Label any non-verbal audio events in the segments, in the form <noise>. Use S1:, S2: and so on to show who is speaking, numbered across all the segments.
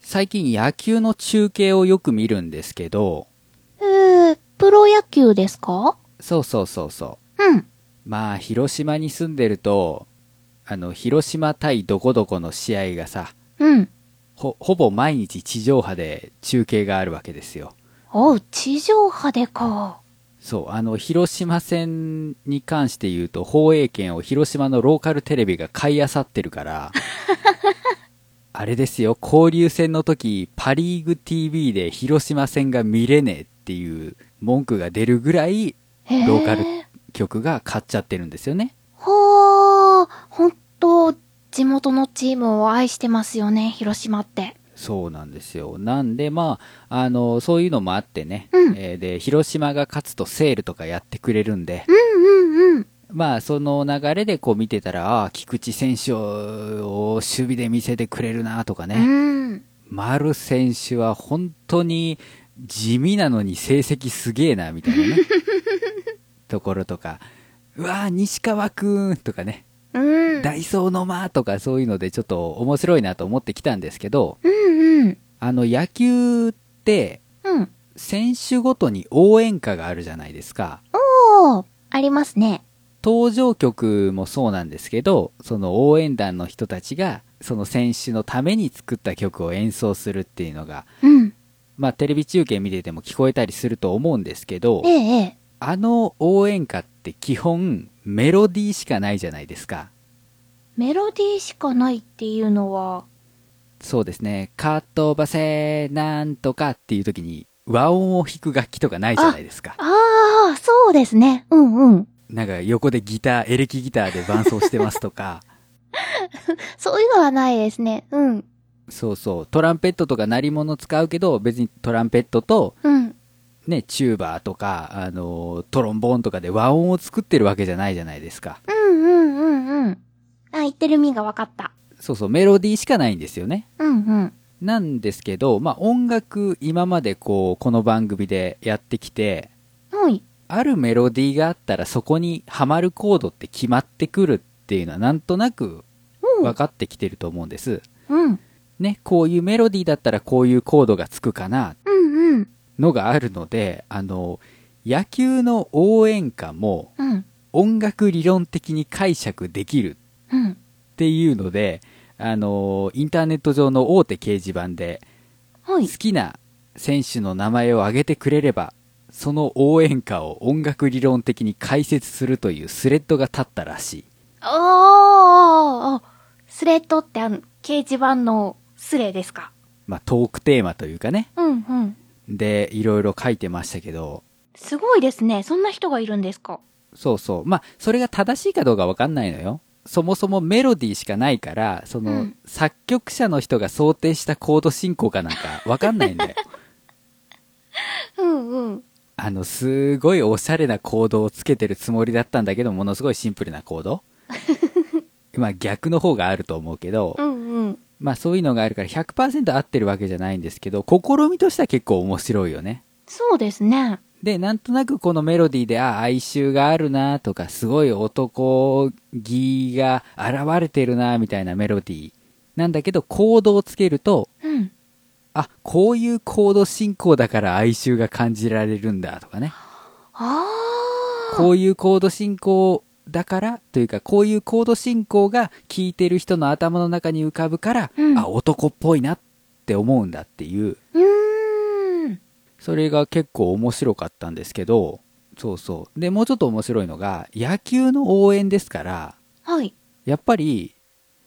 S1: 最近野球の中継をよく見るんですけど、
S2: えー、プロ野球ですか
S1: そうそうそうそう。
S2: うん。
S1: まあ、広島に住んでると、あの、広島対どこどこの試合がさ、
S2: うん。
S1: ほ、ほぼ毎日地上波で中継があるわけですよ。
S2: おう、地上波でか。
S1: そう、あの、広島戦に関して言うと、放映権を広島のローカルテレビが買い漁ってるから、あれですよ、交流戦の時、パリーグ TV で広島戦が見れねえっていう文句が出るぐらい、
S2: へえ。
S1: ローカル局が買っちゃってるんですよね。
S2: ほー、ほんと、地元のチームを愛してますよね、広島って。
S1: そうなんですよ。なんで、まあ、あの、そういうのもあってね、
S2: うん
S1: えーで、広島が勝つとセールとかやってくれるんで、
S2: うんうんうん。
S1: まあ、その流れでこう見てたら、ああ、菊池選手を守備で見せてくれるなとか
S2: う
S1: ね、
S2: ん。
S1: 丸選手は本当に地味なのに成績すげえな、みたい <laughs> なね、ところとか、うわあ、西川くんとかね、
S2: うん。
S1: ダイソーの間とかそういうのでちょっと面白いなと思ってきたんですけど、
S2: うんうん。
S1: あの、野球って、
S2: うん。
S1: 選手ごとに応援歌があるじゃないですか。
S2: おー、ありますね。
S1: 登場曲もそうなんですけど、その応援団の人たちが、その選手のために作った曲を演奏するっていうのが、
S2: うん。
S1: まあテレビ中継見てても聞こえたりすると思うんですけど
S2: え、えええ。
S1: あの応援歌って基本メロディーしかないじゃないですか。
S2: メロディーしかないっていうのは、
S1: そうですね。かっ飛ばせなんとかっていう時に和音を弾く楽器とかないじゃないですか。
S2: ああ、そうですね。うんうん。
S1: なんか横でギター、エレキギターで伴奏してますとか、
S2: そういうのはないですね。うん。
S1: <laughs> そうそう、トランペットとか鳴り物使うけど、別にトランペットと、
S2: うん。
S1: ね、チューバーとか、あのートロンボーンとかで和音を作ってるわけじゃないじゃないですか。
S2: うんうんうんうん。あ、言ってる意味が分かった。
S1: そうそう、メロディーしかないんですよね。
S2: うんうん。
S1: なんですけど、まあ、音楽、今までこう、この番組でやってきて、
S2: はい。
S1: あるメロディーがあったらそこにハマるコードって決まってくるっていうのはなんとなく
S2: う
S1: 分
S2: ん。
S1: かってきてると思うんです。
S2: うん。
S1: ね、こういうメロディーだったらこういうコードがつくかな
S2: うんうん。
S1: のがあるので、あの、野球の応援歌も
S2: うん。
S1: 音楽理論的に解釈できる
S2: うん。
S1: っていうので、あの、インターネット上の大手掲示板で
S2: は
S1: 好
S2: い。
S1: きな選手の名前を挙げてくれれば、その応援歌を音楽理論的に解説するというスレッドが立ったらしい。
S2: おースレッドってあの、掲示板のスレですか
S1: まあ、トークテーマというかね。
S2: うんうん。
S1: で、いろいろ書いてましたけど、
S2: すごいですね。そんな人がいるんですか
S1: そうそう。まあ、それが正しいかどうかわかんないのよ。そもそもメロディーしかないから、その、
S2: うん
S1: 作曲者の人が想定したコード進行かなんかわかんないん
S2: <laughs>
S1: だよ。
S2: うんうん。
S1: あの、すごいおしゃれなコードをつけてるつもりだったんだけど、ものすごいシンプルなコー
S2: <laughs>
S1: ド。まあ逆の方があると思うけど
S2: う、んうん。
S1: まあそういうのがあるから100%合ってるわけじゃないんですけど、試みとしては結構面白いよね。
S2: そうですね。
S1: で、なんとなくこのメロディーで、あ、哀愁があるなとか、すごい男気が現れてるなみたいなメロディー。なんだけど、コードをつけると、
S2: うん。
S1: あ、こういうコード進行だから哀愁が感じられるんだとかね。
S2: ああ。
S1: こういうコード進行だからというか、こういうコード進行が聴いてる人の頭の中に浮かぶから、
S2: うん
S1: あ、男っぽいなって思うんだっていう。
S2: うーん。
S1: それが結構面白かったんですけど、そうそう。で、もうちょっと面白いのが、野球の応援ですから、
S2: はい。
S1: やっぱり、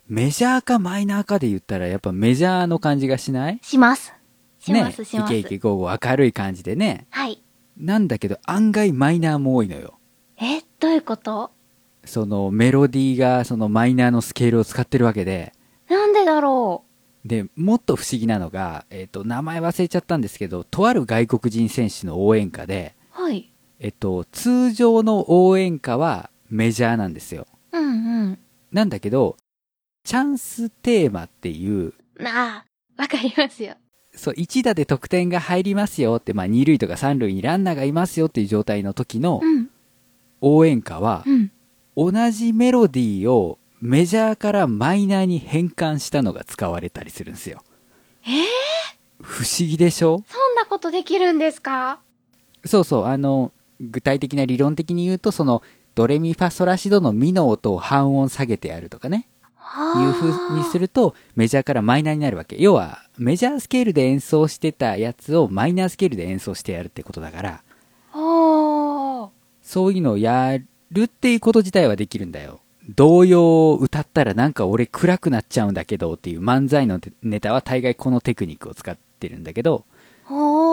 S1: メジャーかマイナーかで言ったら、やっぱメジャーの感じがしない
S2: します。します、
S1: ね、
S2: します。
S1: イケイケゴーゴー明るい感じでね。
S2: はい。
S1: なんだけど、案外マイナーも多いのよ。
S2: え、どういうこと
S1: そのメロディーが、そのマイナーのスケールを使ってるわけで、
S2: なんでだろ
S1: で、もっと不思議なのが、えっ、と、名前忘れちゃったんですけど、とある外国人選手の応援歌で、
S2: う。はい。
S1: えっと、通常の応援歌はメジャーなんですよ。
S2: うんうん。
S1: なんだけど、チャンステーマっていう、
S2: ああ、わかりますよ。
S1: そう、1打で得点が入りますよって、まあ2塁とか3塁にランナーがいますよっていう状態の時の
S2: うん。
S1: 応援歌は
S2: う、ん。
S1: 同じメロディーをメジャーからマイナーに変換したのが使われたりするんですよ。
S2: えー、
S1: 不思議でしょ
S2: そんなことできるんですか
S1: そうそうあの具体的な理論的に言うとそのドレミファソラシドのミの音を半音下げてやるとかねいう風にす
S2: る。
S1: るとメジャーからマイナーになるわけ要はメジャースケールで演奏してたやつをマイナースケールで演奏してやるってことだから
S2: おー。
S1: そういうのをやるっていうこと自体はできるんだよ童謡を歌ったらなんか俺暗くなっちゃうんだけどっていう漫才のネタは大概このテクニックを使ってるんだけど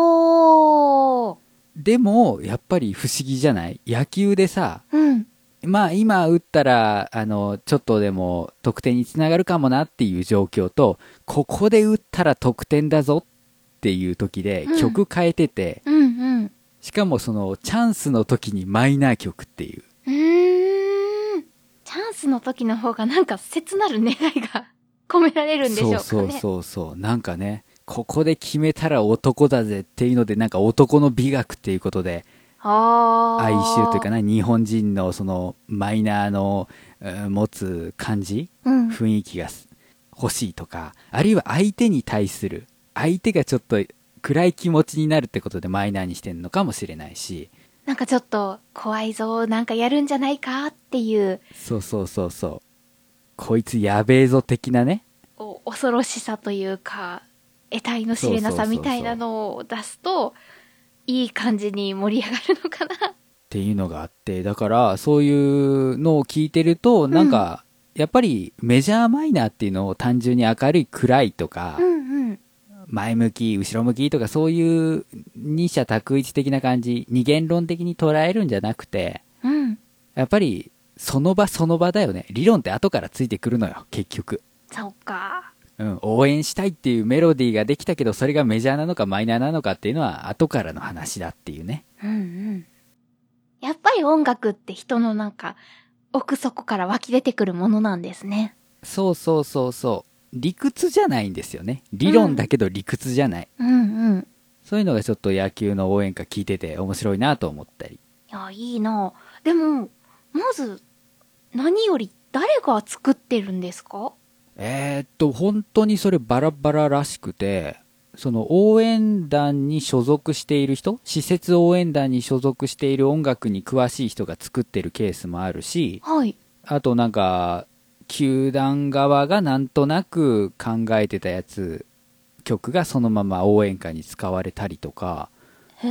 S2: おー。
S1: でもやっぱり不思議じゃない野球でさ
S2: うん。
S1: まあ今打ったら、あの、ちょっとでも得点につながるかもなっていう状況と、ここで打ったら得点だぞっていう時で
S2: うん
S1: 曲変えてて、
S2: うんうん。
S1: しかもそのチャンスの時にマイナー曲っていう。
S2: うーん。チャンスの時の方がなんか切なる願いが込められるんでしょうか
S1: そう
S2: ね。
S1: そうそうそう。なんかね、ここで決めたら男だぜっていうので、なんか男の美学っていうことで、
S2: あー。
S1: 哀愁というかな、日本人のそのマイナーの、うん持つ感じ
S2: うん。
S1: 雰囲気がす欲しいとかあるいは相手に対する相手がちょっと暗い気持ちになるってことでマイナーにしてるのかもしれないし
S2: なんかちょっと怖いぞ、なんかやるんじゃないかっていう、
S1: そうそうそうそうこいつやべえぞ的なね
S2: お恐ろしさというか、得体の知れな
S1: そうそう
S2: さ
S1: そうそう
S2: みたいなのを出すと、いい感じに盛り上がるのかな。
S1: っていうのがあってだからそういうのを聞いてるとなんか、やっぱりメジャーマイナーっていうのを単純に明るい暗いとか、
S2: んうん。
S1: 前向き後ろ向きとかそういう二者択一的な感じ二元論的に捉えるんじゃなくて
S2: うん。
S1: やっぱり、その場その場だよね。理論って後からついてくるのよ、結局。
S2: そうか。
S1: うん、応援したいっていうメロディーができたけど、それがメジャーなのかマイナーなのかっていうのは後からの話だっていうね。
S2: うんうん。やっぱり音楽って人のなんか、奥底から湧き出てくるものなんですね。
S1: そうそうそうそう。理屈じゃないんですよね。理論だけど理屈じゃない。
S2: うんうん。
S1: そういうのがちょっと野球の応援歌聞いてて面白いなと思ったり。
S2: いや、いいなぁでも、まず、何より誰が作ってるんですか
S1: えーっと、本当にそれバラバラらしくて、その応援団に所属している人、施設応援団に所属している音楽に詳しい人が作ってるケースもあるし、
S2: はい。
S1: あとなんか、球団側がなんとなく考えてたやつ、曲がそのまま応援歌に使われたりとか、
S2: へ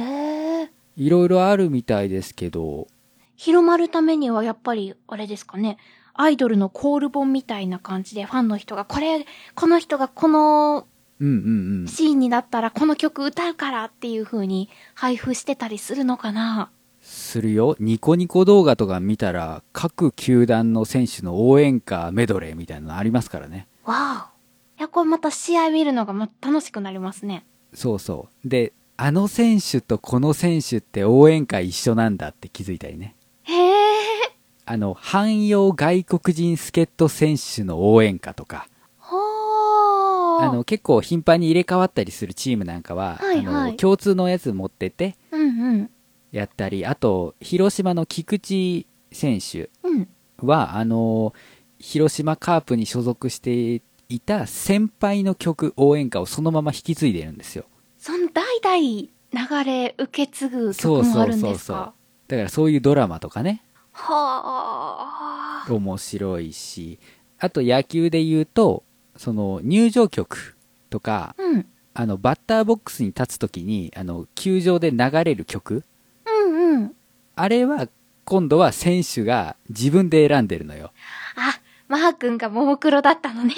S2: え。
S1: いろいろあるみたいですけど、
S2: 広まるためにはやっぱり、あれですかね。アイドルのコール本みたいな感じでファンの人が、これ、この人がこの
S1: うんうんうん。
S2: シーンになったらこの曲歌うからっていう風に配布してたりするのかな
S1: するよニコニコ動画とか見たら各球団の選手の応援歌メドレーみたいなのありますからね
S2: わお。いや、これまた試合見るのがま楽しくなりますね。
S1: そうそうであの選手とこの選手って応援歌一緒なんだって気づいたりね
S2: へえ。
S1: あの汎用外国人助っ人選手の応援歌とか
S2: ほー。
S1: あの、結構頻繁に入れ替わったりするチームなんかは、
S2: はいはい
S1: あの共通のやつ持ってて
S2: うんうん。
S1: やったりあと広島の菊池選手
S2: うん。
S1: はあの広島カープに所属していた先輩の曲応援歌をそのまま引き継いでるんですよ
S2: その代々流れ受け継ぐ
S1: そう
S2: 曲もあ
S1: そう
S2: るん
S1: そ
S2: で
S1: う
S2: す
S1: そう
S2: か
S1: だからそういうドラマとかね
S2: はあ。
S1: 面白いしあと野球で言うとその入場曲とか
S2: うん。
S1: あのバッターボックスに立つ時にあの球場で流れる曲
S2: うんうん。
S1: あれは今度は選手が自分で選んでるのよ
S2: あ、マー君がももクロだったのね。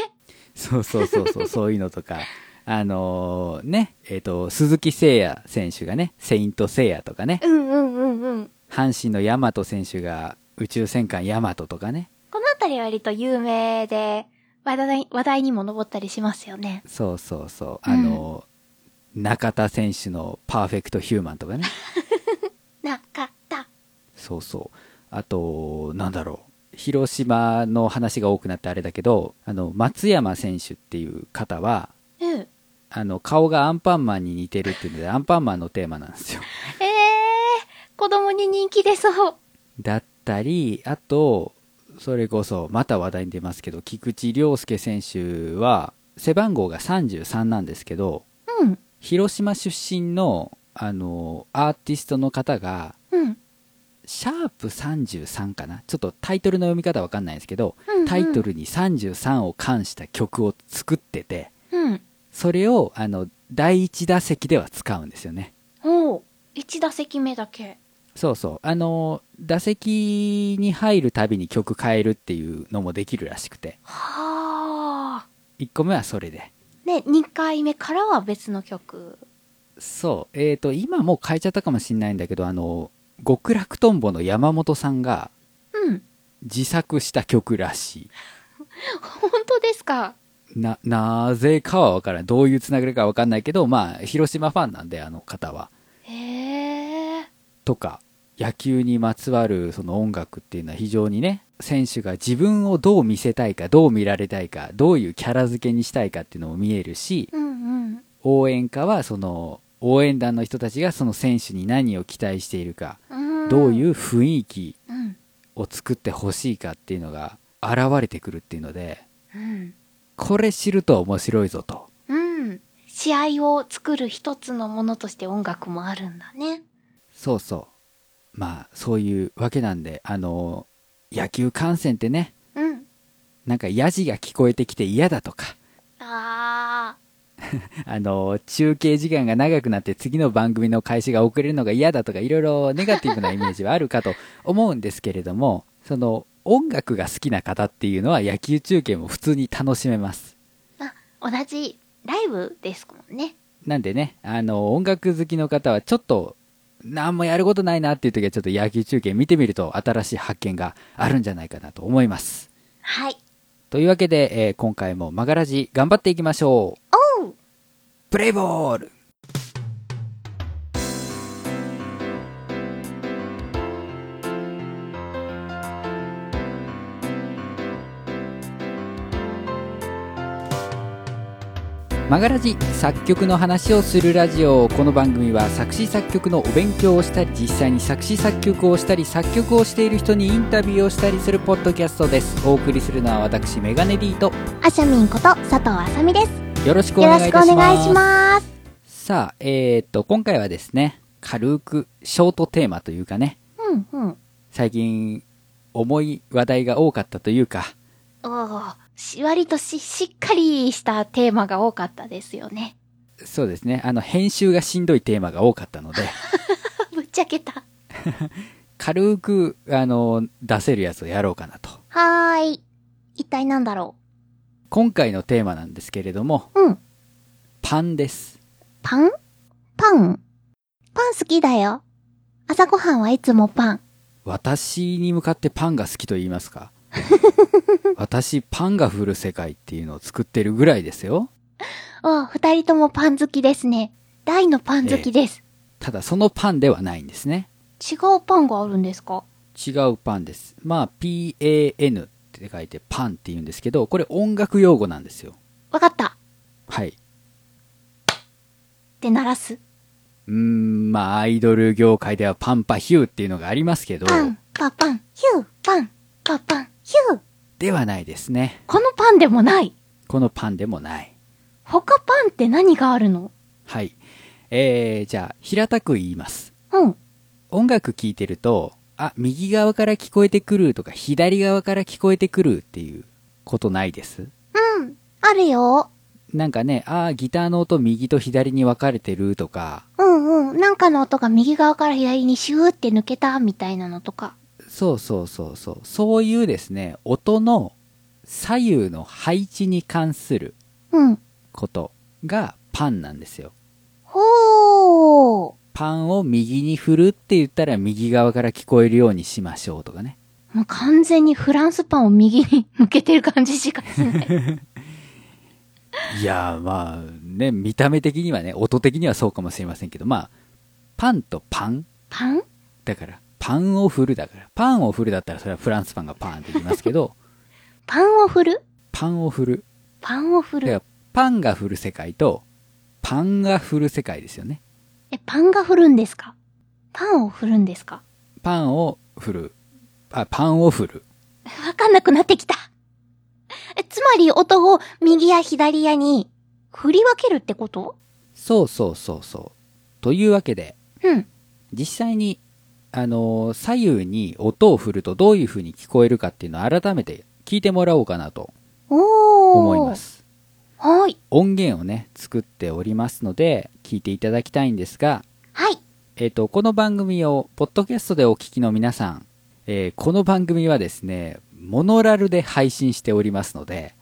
S1: そうそうそうそう、そういうのとか。あのーね、えっ、と、鈴木誠也選手がね、セイント聖也とかね、
S2: うんうんうんうん。
S1: 阪神の大和選手が宇宙戦艦大和とかね、
S2: このあたりは割と有名で、話題話題にも上ったりしますよね。
S1: そうそうそう、あのー中田選手のパーフェクトヒューマンとかね、
S2: なかった。
S1: そうそう。あと、なんだろう、広島の話が多くなってあれだけど、あの、松山選手っていう方は、
S2: うん。
S1: あの、顔がアンパンマンに似てるっていうので、アンパンマンのテーマなんですよ。
S2: ええー、子供に人気出そう。
S1: だったり、あと、それこそ、また話題に出ますけど、菊池涼介選手は、背番号が33なんですけど
S2: うん。
S1: 広島出身のあのアーティストの方が
S2: うん。
S1: シャープ33かなちょっとタイトルの読み方わかんないんですけど、
S2: うん
S1: タイト。ルに33を冠した曲を作ってて
S2: うん。
S1: それをあの第一打席では使うんですよね
S2: おお。一打席目だけ。
S1: そうそうあの打席に入るたびに曲変えるっていうのもできるらしくて
S2: はあ。
S1: 1個目はそれで
S2: で、二回目からは別の曲。
S1: そうえっ、と今もう変えちゃったかもしれないんだけどあの極楽とんぼの山本さんが
S2: うん。
S1: 自作した曲らし
S2: 本当ですか。
S1: いななぜかは分からんどういうつながりかは分かんないけどまあ広島ファンなんであの方は
S2: へえ。
S1: とか野球にまつわるその音楽っていうのは非常にね選手が自分をどう見せたいかどう見られたいかどういうキャラ付けにしたいかっていうのも見えるし
S2: うんうん。
S1: 応援歌はその応援団の人たちがその選手に何を期待しているか
S2: うん、、
S1: どういうう雰囲気
S2: うん
S1: を作ってほしいかっていうのが現れてくるっていうので
S2: うん
S1: これ知ると面白いぞと
S2: うん、試合を作る一つのものとして音楽もあるんだね。
S1: そうそうまあそういうわけなんであの野球観戦ってね
S2: うん。
S1: なんかヤジが聞こえてきて嫌だとか
S2: あ
S1: <laughs> あの中継時間が長くなって次の番組の開始が遅れるのが嫌だとかいろいろネガティブなイメージはあるかと思うんですけれども <laughs> その音楽が好きな方っていうのは野球中継も普通に楽しめます
S2: ーあ、同じライブですもんね。
S1: なんでねあの音楽好きの方はちょっと何もやることないなっていう時はちょっと野球中継見てみると新しい発見があるんじゃないかなと思います
S2: はい。
S1: というわけで、えー今回もマガラジ頑張っていきましょう
S2: おう
S1: プレイボールマガラジ作曲の話をするラジオこの番組は作詞作曲のお勉強をしたり実際に作詞作曲をしたり作曲をしている人にインタビューをしたりするポッドキャストですお送りするのは私メガネ D と
S2: あしゃみんこと佐藤あさみです。
S1: よろしくお
S2: よろ
S1: 願いい
S2: しく
S1: たし
S2: お願い
S1: ま
S2: し
S1: す
S2: ます。
S1: さあ、えー、っと、今回はですね、軽くショートテーマというかね、
S2: うんうん。
S1: 最近、重い話題が多かったというか、
S2: おーし、割とし、しっかりしたテーマが多かったですよね。 <laughs>
S1: そうですね、あの、編集がしんどいテーマが多かったの
S2: <laughs>
S1: で、
S2: ぶっちゃけた。
S1: 軽く、あの、出せるやつをやろうかなと。
S2: はーい。一体なんだろ
S1: 今回のテーマなんですけれども、
S2: う。うん。
S1: パンです。
S2: パンパンパン好きだよ。朝ごはんはいつもパン。
S1: 私に向かってパンが好きと言います
S2: <laughs>
S1: か。私、パンが降る世界っていうのを作ってるぐらいですよ。
S2: ああ、二人ともパン好きですね。大のパン好きです。
S1: ただ、そのパンではないんですね。
S2: 違うパンがあるんですか
S1: 違うパンです。まあ、PAN って書いてパンって言うんですけど、これ音楽用語なんですよ。
S2: わかったっ
S1: はい。
S2: て鳴らす。
S1: うーん、まあ、アイドル業界ではパンパヒューっていうのがありますけど、
S2: パン、パパン、ヒュー、パン、パパン、ヒュー。
S1: ではないですね。
S2: このパンでもない。
S1: このパンでもない。
S2: 他パンって何があるの
S1: はい。えー、じゃあ、平たく言います。
S2: うん。
S1: 音楽聴いてると、あ、右側から聞こえてくるとか、左側から聞こえてくるっていうことないです。
S2: うん。あるよ。
S1: なんかね、あー、ギターの音右と左に分かれてるとか、
S2: うんうん。なんかの音が右側から左にシューって抜けたみたいなのとか。
S1: そうそうそうそうそういうですね音の左右の配置に関する
S2: うん。
S1: ことがパンなんですよ
S2: ほー。
S1: パンを右に振るって言ったら右側から聞こえるようにしましょうとかね
S2: もう完全にフランスパンを右に <laughs> 向けてる感じしか
S1: <laughs>
S2: しない。
S1: いやーまあね見た目的にはね音的にはそうかもしれませんけどまあパンとパン
S2: パン
S1: だからパンを振るだからパンを振るだったらそれはフランスパンがパンって言いますけ <laughs> ど
S2: パンを振る
S1: パンを振る
S2: パンを振
S1: だか
S2: る
S1: ら。パンが振る世界とパンが振る世界ですよね
S2: え、パンが振るんですかパンを振るんですか
S1: パンを振る。あ、パンを振る。
S2: わかんなくなってきた。えつまり音を右や左やに振り分けるってこと
S1: そうそうそうそう。というわけで、
S2: うん。
S1: 実際に、あのー左右に音を振るとどういう風に聞こえるかっていうのを改めて聞いてもらおうかなと
S2: おー。
S1: 思います。
S2: はい。
S1: 音源をね作っておりますので聞いていただきたいんですが、
S2: はい。
S1: えっとこの番組をポッドキャストでお聞きの皆さん、えーこの番組はですねモノラルで配信しておりますので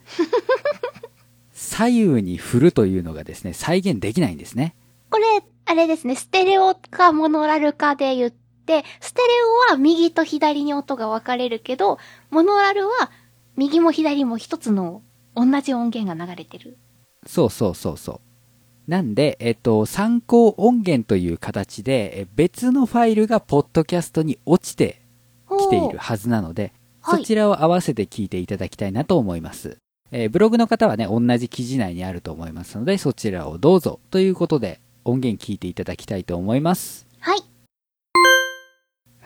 S1: 左右に振るというのがですね再現できないんですね
S2: これ、あれですね、ステレオかモノラルかで言って、ステレオは右と左に音が分かれるけど、モノラルは右も左も一つの同じ音源が流れてる。
S1: そうそうそうそうなんで、えっと参考音源という形でえー別のファイルがポッドキャストに落ちて来ている。はずなので、
S2: はい
S1: そちらを合わせて聞いていただきたいなと思います、えーブログの方はね同じ記事内にあると思いますのでそちらをどうぞということで音源聞いていただきたいと思います
S2: はい。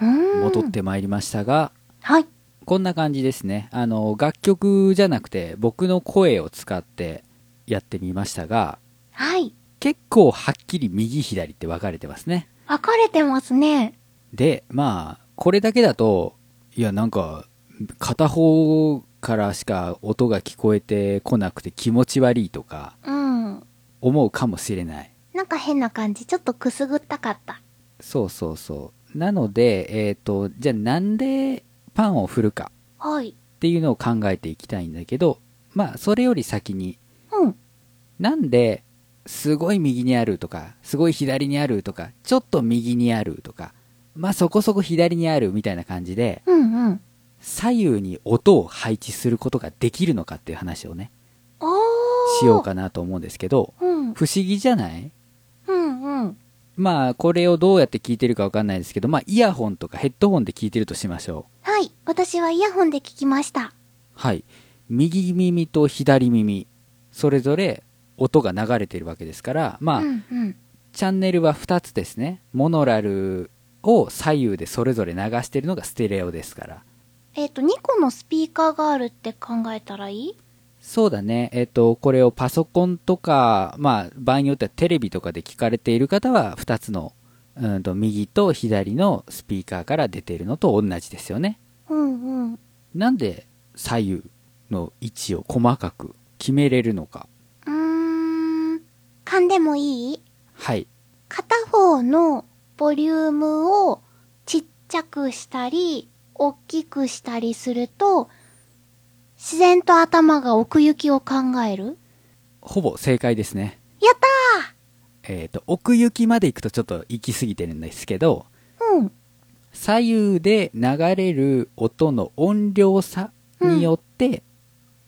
S2: うーん。
S1: 戻っ。てまいりましたが、
S2: はい。
S1: こんな感じですねあの楽曲じゃなくて僕の声を使ってやってみましたが
S2: はい。
S1: 結構はっきり右左って分かれてますね
S2: 分かれてますね。
S1: でまあこれだけだといやなんか片方からしか音が聞こえてこなくて気持ち悪いとか
S2: うん。
S1: 思うかもしれない
S2: なんか変な感じ。ちょっとくすぐったかった。
S1: そうそうそうなのでえっ、とじゃあなんでパンを振るか
S2: はい。
S1: っていうのを考えていきたいんだけどまあそれより先に
S2: うん。
S1: なんですごい右にあるとかすごい左にあるとかちょっと右にあるとかまあそこそこ左にあるみたいな感じで
S2: うんうん。
S1: 左右に音を配置することができるのかっていう話をね
S2: おー。
S1: しよう。かなと思うんですけど
S2: うん。
S1: 不思議じゃない
S2: うんうん。
S1: まあこれをどうやって聞いてるかわかんないですけどまあイヤホンとかヘッドホンで聞いてるとしましょう
S2: はい。私はイヤホンで聞きました。
S1: はい右耳と左耳それぞれ音が流れてるわけですからまあ、
S2: うんうん。
S1: チャンネルは2つですねモノラルを左右でそれぞれ流してるのがステレオですから
S2: えっ、と、2個のスピーカーがあるって考えたらいい
S1: そうだね、えっと、これをパソコンとか、まあ、場合によってはテレビとかで聞かれている方は、2つの、うんと、右と左のスピーカーから出ているのと同じですよね。
S2: うんうん。
S1: なんで、左右の位置を細かく決めれるのか。
S2: うーん。噛んでもいい
S1: はい。
S2: 片方のボリュームをちっちゃくしたり、大きくしたりすると、自然と頭が奥行きを考える
S1: ほぼ正解ですね。
S2: やっ
S1: えっと、奥行きまで行くとちょっと行き過ぎてるんですけど、
S2: たーうん。
S1: 左右で流れる音の音量差によって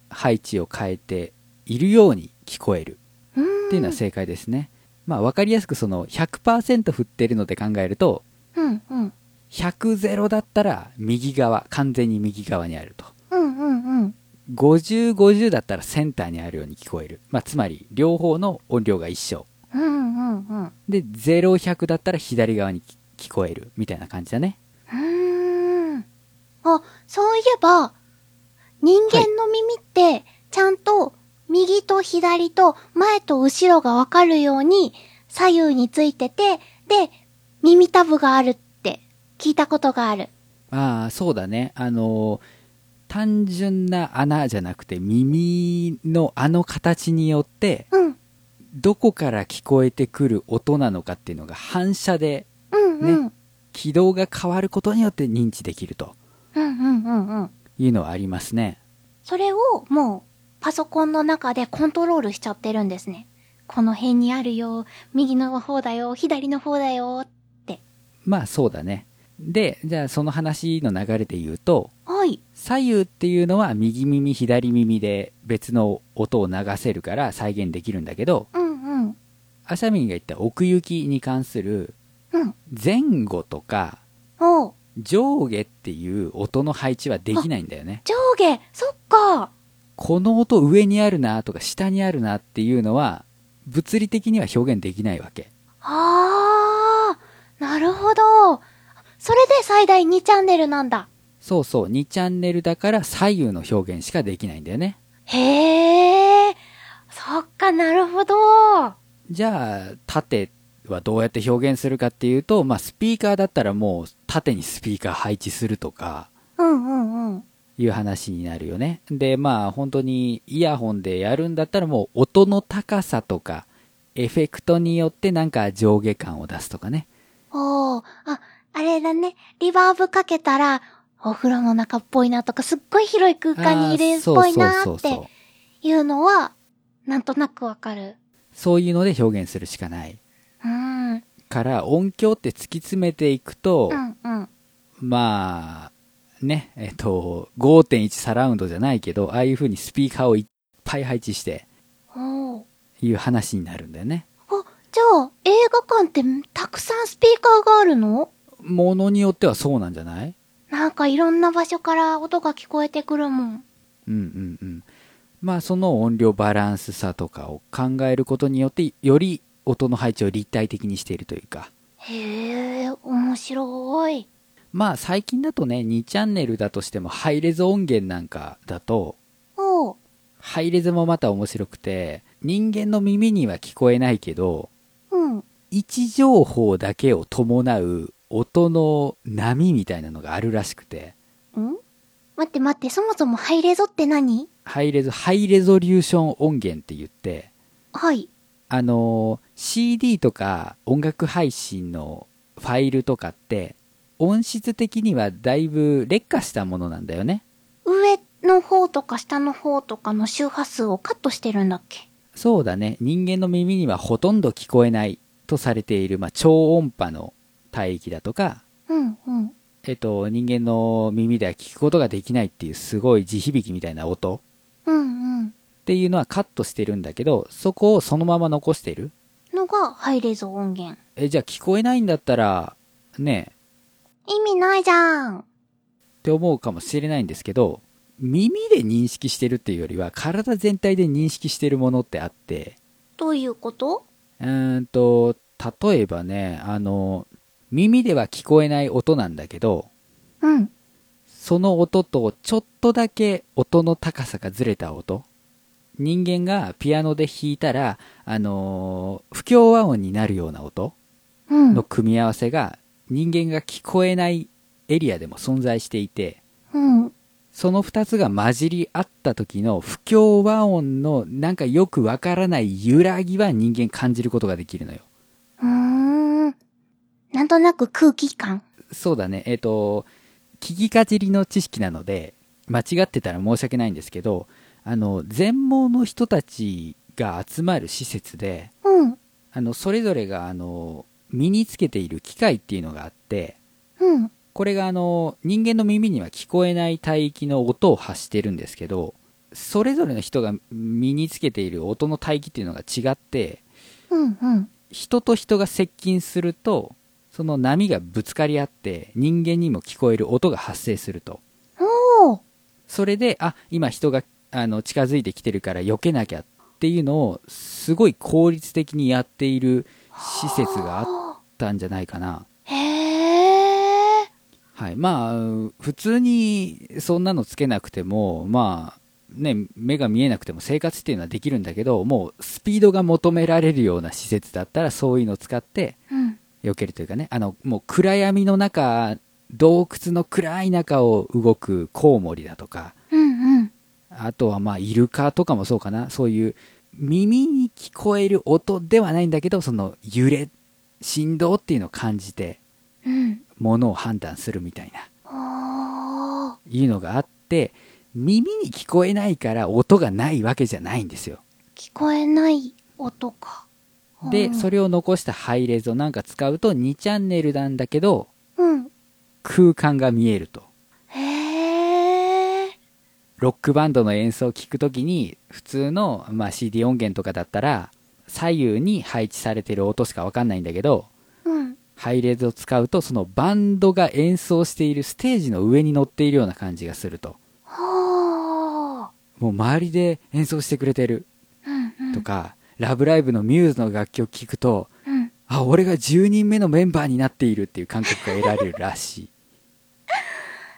S1: 配置を変えているように聞こえる
S2: うん。
S1: っていうのは正解ですね、まあ分かりやすくその100%振ってるので考えると
S2: うんうん。
S1: 100ゼロだったら右側完全に右側にあると
S2: うんうんうん。
S1: 5050だったらセンターにあるように聞こえる、まあ、つまり両方の音量が一緒
S2: うんうんうん。
S1: で0100だったら左側に聞こえるみたいな感じだね
S2: うーん。あ、そういえば、人間の耳って、ちゃんと右と左と前と後ろがわかるように左右についてて、で、耳たぶがあるって聞いたことがある。
S1: ああそうだねあのー単純な穴じゃなくて耳のあの形によって
S2: うん。
S1: どこから聞こえてくる音なのかっていうのが反射で
S2: うんうん。
S1: 軌道が変わることによって認知できると
S2: うんうんうんうん。
S1: いうのはありますね
S2: それをもうパソコンの中でコントロールしちゃってるんですね。この辺にあるよ、右の方だよ、左の方だよ。
S1: まあそうだねでじゃあその話の流れで言うと
S2: はい。
S1: 左右っていうのは右耳左耳で別の音を流せるから再現できるんだけど
S2: うんうん。
S1: アシャミンが言った奥行きに関する
S2: うん。
S1: 前後とか
S2: おう。
S1: 上下っていう音の配置はできないんだよね
S2: 上下そっか
S1: この音上にあるなとか下にあるなっていうのは物理的には表現できないわけ
S2: あー、なるほど。それで最大2チャンネルなんだ。
S1: そうそう2チャンネルだから左右の表現しかできないんだよね
S2: へへえ、そっかなるほど。は
S1: じゃあ、縦はどうやって表現するかっていうと、まあ、スピーカーだったらもう縦にスピーカー配置するとか、
S2: うんうんうん。
S1: いう話になるよね。で、まあ本当にイヤホンでやるんだったらもう音の高さとか、エフェクトによってなんか上下感を出すとかね。
S2: おー、あ、あれだね。リバーブかけたら、お風呂の中っぽいなとか、すっごい広い空間にいるっぽいなーって
S1: う。
S2: いうのは、なんとなくわかる。
S1: そういうので表現するしかない。
S2: うーん。うん
S1: から音響って突き詰めていくと、
S2: うん。
S1: まあ、ね、えっと、5.1サラウンドじゃないけど、ああいう風にスピーカーをいっぱい配置して、
S2: おー。
S1: いう話になるんだよね。
S2: あ、じゃあ、映画館ってたくさんスピーカーがあるの
S1: ものによってはそうなんじゃない
S2: なんかいろんな場所から音が聞こえてくるもん。
S1: うんうんうんまあその音量バランスさとかを考えることによってより音の配置を立体的にしているというか
S2: へえ、面白い。
S1: まあ最近だとね2チャンネルだとしてもハイレゾ音源なんかだと
S2: おう。
S1: ハイレゾもまた面白くて人間の耳には聞こえないけど
S2: うん。
S1: 位置情報だけを伴う音の波みたいなのがあるらしくて
S2: ん待って待って、そもそもハイレゾって何
S1: ハイレゾハイレゾリューション音源って言って
S2: はい。
S1: あの CD とか音楽配信のファイルとかって音質的にはだいぶ劣化したものなんだよね
S2: 上の方とか下の方とかの周波数をカットしてるんだっけ
S1: そうだね人間の耳にはほとんど聞こえないとされている、まあ、超音波の帯域だとか、
S2: うんうん。
S1: えっと、人間の耳では聞くことができないっていうすごい地響きみたいな音
S2: うんうん。
S1: っていうのはカットしてるんだけどそこをそのまま残してる
S2: のがハイレゾ音源。
S1: えじゃあ聞こえないんだったらねえ
S2: 意味ないじゃん。
S1: って思うかもしれないんですけど耳で認識してるっていうよりは体全体で認識してるものってあって
S2: どういうこと
S1: うーんと例えばねあの耳では聞こえない音なんだけど
S2: うん。
S1: その音とちょっとだけ音の高さがずれた音人間がピアノで弾いたらあのー不協和音になるような音
S2: うん。
S1: の組み合わせが人間が聞こえないエリアでも存在していて
S2: うん。
S1: その2つが混じり合った時の不協和音のなんかよくわからない揺らぎは人間感じることができるのよ。
S2: うーん。なんとなく空気感。
S1: そうだね。えっ、と、聞きかじりの知識なので、間違ってたら申し訳ないんですけど、あの、全盲の人たちが集まる施設で、
S2: うん。
S1: あの、それぞれが、あの、身につけている機械っていうのがあって、
S2: うん。
S1: これがあの人間の耳には聞こえない帯域の音を発してるんですけどそれぞれの人が身につけている音の帯域っていうのが違って
S2: うん。うん。
S1: 人と人が接近するとその波がぶつかり合って人間にも聞こえる音が発生すると
S2: おー。
S1: それであ今人があの近づいてきてるから避けなきゃっていうのをすごい効率的にやっている施設があったんじゃないかな
S2: へー。
S1: はい、まあうん普通にそんなのつけなくてもまあね目が見えなくても生活っていうのはできるんだけどもうスピードが求められるような施設だったらそういうのを使って
S2: うん。
S1: 避けるというかねあのもう暗闇の中洞窟の暗い中を動くコウモリだとか
S2: うんうん。
S1: あとはまあイルカとかもそうかなそういう耳に聞こえる音ではないんだけどその揺れ振動っていうのを感じて
S2: うん。
S1: ものを判断するみたいな
S2: おー。
S1: いうのがあって耳に聞こえないから音がないわけじゃないんですよ
S2: 聞こえない音か。
S1: で
S2: うん
S1: それを残したハイレゾなんか使うと2チャンネルなんだけど
S2: うん。
S1: 空間が見えると
S2: へー。
S1: ロックバンドの演奏を聞くときに普通の、まあ、CD 音源とかだったら左右に配置されてる音しかわかんないんだけど
S2: うん。
S1: ハイレゾを使うとそのバンドが演奏しているステージの上に乗っているような感じがすると
S2: ほー。
S1: もう周りで演奏してくれてる
S2: うんうん。
S1: とか、ラブライブのミューズの楽曲聴くと
S2: うん。
S1: あ俺が10人目のメンバーになっているっていう感覚が得ら
S2: <laughs>
S1: れるらしい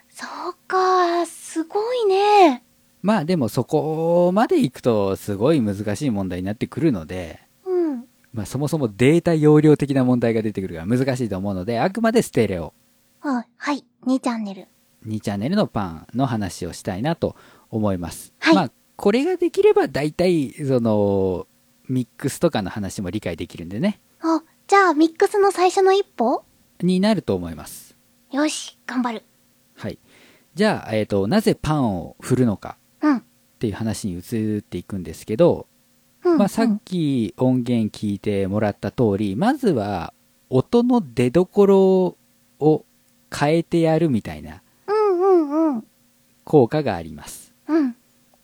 S2: そうか、すごいね。
S1: まあでもそこまで行くとすごい難しい問題になってくるので、
S2: うん。
S1: まあ、そもそもデータ容量的な問題が出てくるから難しいと思うのであくまでステレオ
S2: はい。はい。2チャンネル。
S1: 2チャンネルのパンの話をしたいなと思います、
S2: はい
S1: まあこれができれば大体そのミックスとかの話も理解できるんでね
S2: あ、じゃあミックスの最初の一歩
S1: になると思います
S2: よし、頑張る。
S1: はいじゃあ、えー、となぜパンを振るのか
S2: うん。
S1: っていう話に移っていくんですけど、
S2: うん。
S1: まあ、さ
S2: う
S1: っ
S2: ん
S1: き音源聞いてもらった通りまずは音の出どころを変えてやるみたいな
S2: うんうんうん。
S1: 効果があります
S2: うん。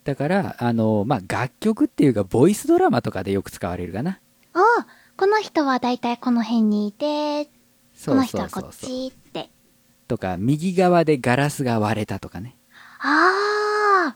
S1: だからあの、まあ、楽曲っていうかボイスドラマとかでよく使われるかな
S2: ああ、この人はだいたいこの辺にいて、こ
S1: そう
S2: の
S1: そ
S2: 人
S1: う
S2: は
S1: そ
S2: こ
S1: う
S2: っ
S1: そう
S2: ちって。
S1: とか右側でガラスが割れたとかね
S2: ああ、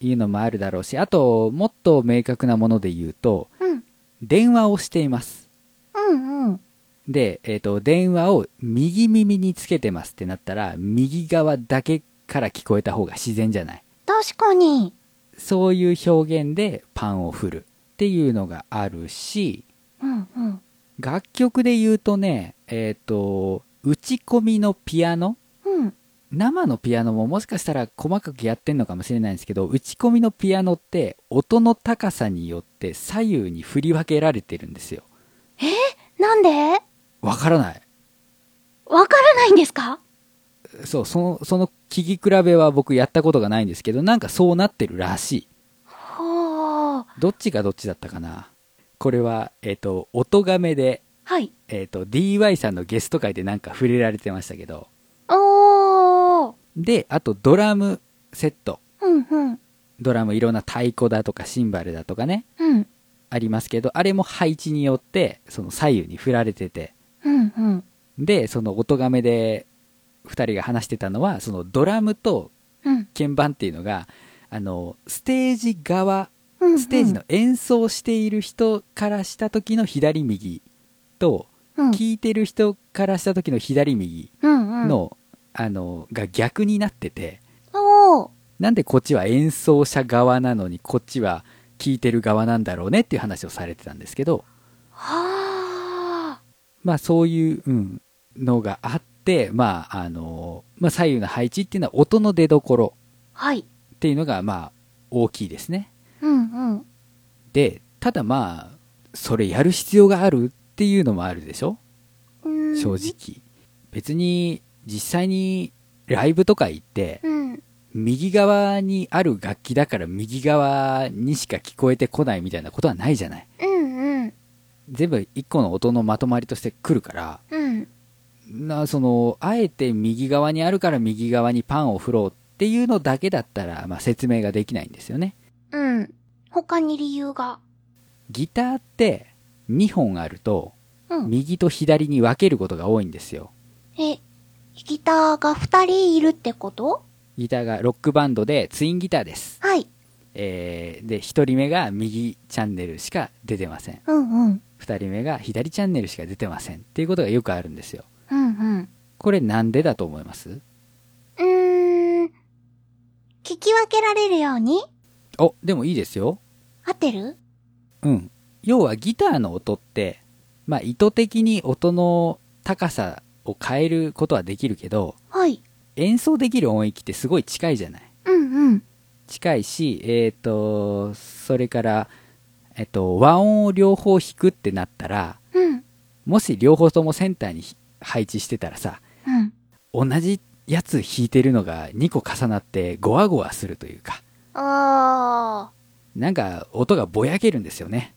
S1: いうのもあるだろうしあともっと明確なもので言うと
S2: うん。
S1: 電話をしています
S2: うんうん。
S1: で、えー、と電話を右耳につけてますってなったら右側だけから聞こえた方が自然じゃない
S2: 確かに。
S1: そういう表現でパンを振るっていうのがあるし
S2: うんうん。
S1: 楽曲で言うとねえっ、と打ち込みのピアノ
S2: うん。
S1: 生のピアノももしかしたら細かくやってんのかもしれないんですけど打ち込みのピアノって音の高さによって左右に振り分けられてるんですよ
S2: なんで
S1: わからない
S2: わからないんですか
S1: そうそのその聞き比べは僕やったことがないんですけどなんかそうなってるらしい
S2: ほー。
S1: どっちがどっちだったかなこれはえっ、と音がめで
S2: はい。
S1: えっ、と DY さんのゲスト会でなんか触れられてましたけど
S2: おー。
S1: であとドラムセット
S2: うんうん。
S1: ドラムいろんな太鼓だとかシンバルだとかね
S2: うん。
S1: ありますけどあれも配置によってその左右に振られてて
S2: うんうん。
S1: でその音がめで2人が話してたのはそのドラムと
S2: うん。
S1: 鍵盤っていうのがあのステージ側
S2: うんうん
S1: ステージの、演奏している人からした時の左右と
S2: うん、
S1: 聴いてる人からした時の左右
S2: うんうん、
S1: の,、あのが逆になってて
S2: おー。
S1: なんでこっちは演奏者側なのにこっちは聴いてる側なんだろうねっていう話をされてたんですけど
S2: は
S1: まあそういう、うん、のがあって、まああのまあ、左右の配置っていうのは音の出どころ
S2: ー。はい。
S1: っていうのがまあ大きいですね。
S2: うんうん。
S1: でただまあそれやる必要があるっていうのもあるでしょ
S2: うん
S1: 正直。別に実際にライブとか行って
S2: うん。
S1: 右側にある楽器だから右側にしか聞こえてこないみたいなことはないじゃない。
S2: うんうん。
S1: 全部一個の音のまとまりとして来るから。
S2: うん。
S1: なそのあえて右側にあるから右側にパンを振ろうっていうのだけだったら、まあ、説明ができないんですよね
S2: うん。他に理由が。
S1: ギターって2本あると
S2: うん。
S1: 右と左に分けることが多いんですよ
S2: え、ギターが二人いるってこと
S1: ギターがロックバンドでツインギターです、
S2: はい。
S1: えーで1人目が右チャンネルしか出てません
S2: うんうん。
S1: 2人目が左チャンネルしか出てませんっていうことがよくあるんですよ
S2: うんうん。
S1: これなんでだと思います
S2: うーん。聞き分けられるように
S1: おでもいいですよ
S2: 合ってる
S1: うん、要はギターの音って、まあ、意図的に音の高さを変えることはできるけど
S2: はい。
S1: 演奏できる音域ってすごい近いじゃない
S2: うんうん。
S1: 近いし、えー、とそれから、えっと和音を両方弾くってなったら
S2: うん。
S1: もし両方ともセンターに配置してたらさ
S2: うん。
S1: 同じやつ弾いてるのが2個重なってゴワゴワするというか
S2: あ
S1: なんか音がぼやけるんですよね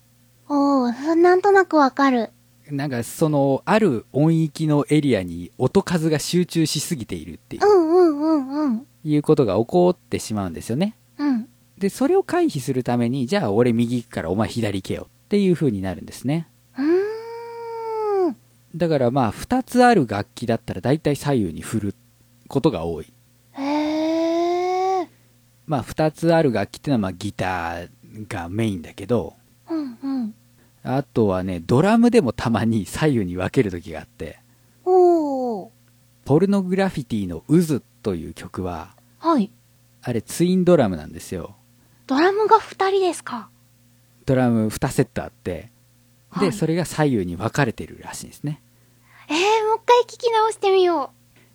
S2: ー。おー、なんとなくわかる。
S1: なんかそのある音域のエリアに音数が集中しすぎているっていううん
S2: うんうんうん。
S1: いうことが起こってしまうんですよね
S2: うん。
S1: でそれを回避するためにじゃあ俺右行くからお前左行けよっていう風になるんですね
S2: うーん。
S1: だからまあ2つある楽器だったら大体左右に振ることが多い
S2: へー。
S1: まあ2つある楽器っていうのはまあギターがメインだけど
S2: うんうん。
S1: あとはねドラムでもたまに左右に分ける時があって
S2: おー。
S1: 「ポルノグラフィティの渦」という曲は
S2: はい。
S1: あれツインドラムなんですよ
S2: ドラムが二人ですか。
S1: ドラム2セットあって
S2: は
S1: で
S2: い
S1: それが左右に分かれてるらしいんですね
S2: えー、もう一回聞き直してみよ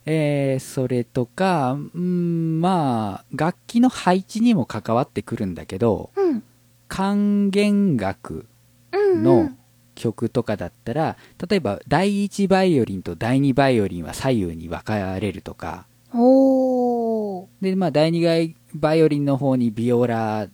S1: えーそれとかうんまあ楽器の配置にも関わってくるんだけど
S2: う。うん。
S1: 管弦楽
S2: うん、うん。
S1: の曲とかだったら、例えば第1バイオリンと第2バイオリンは左右に分かれるとか
S2: おー。
S1: で、まあ、第2バイオリンの方にビオラ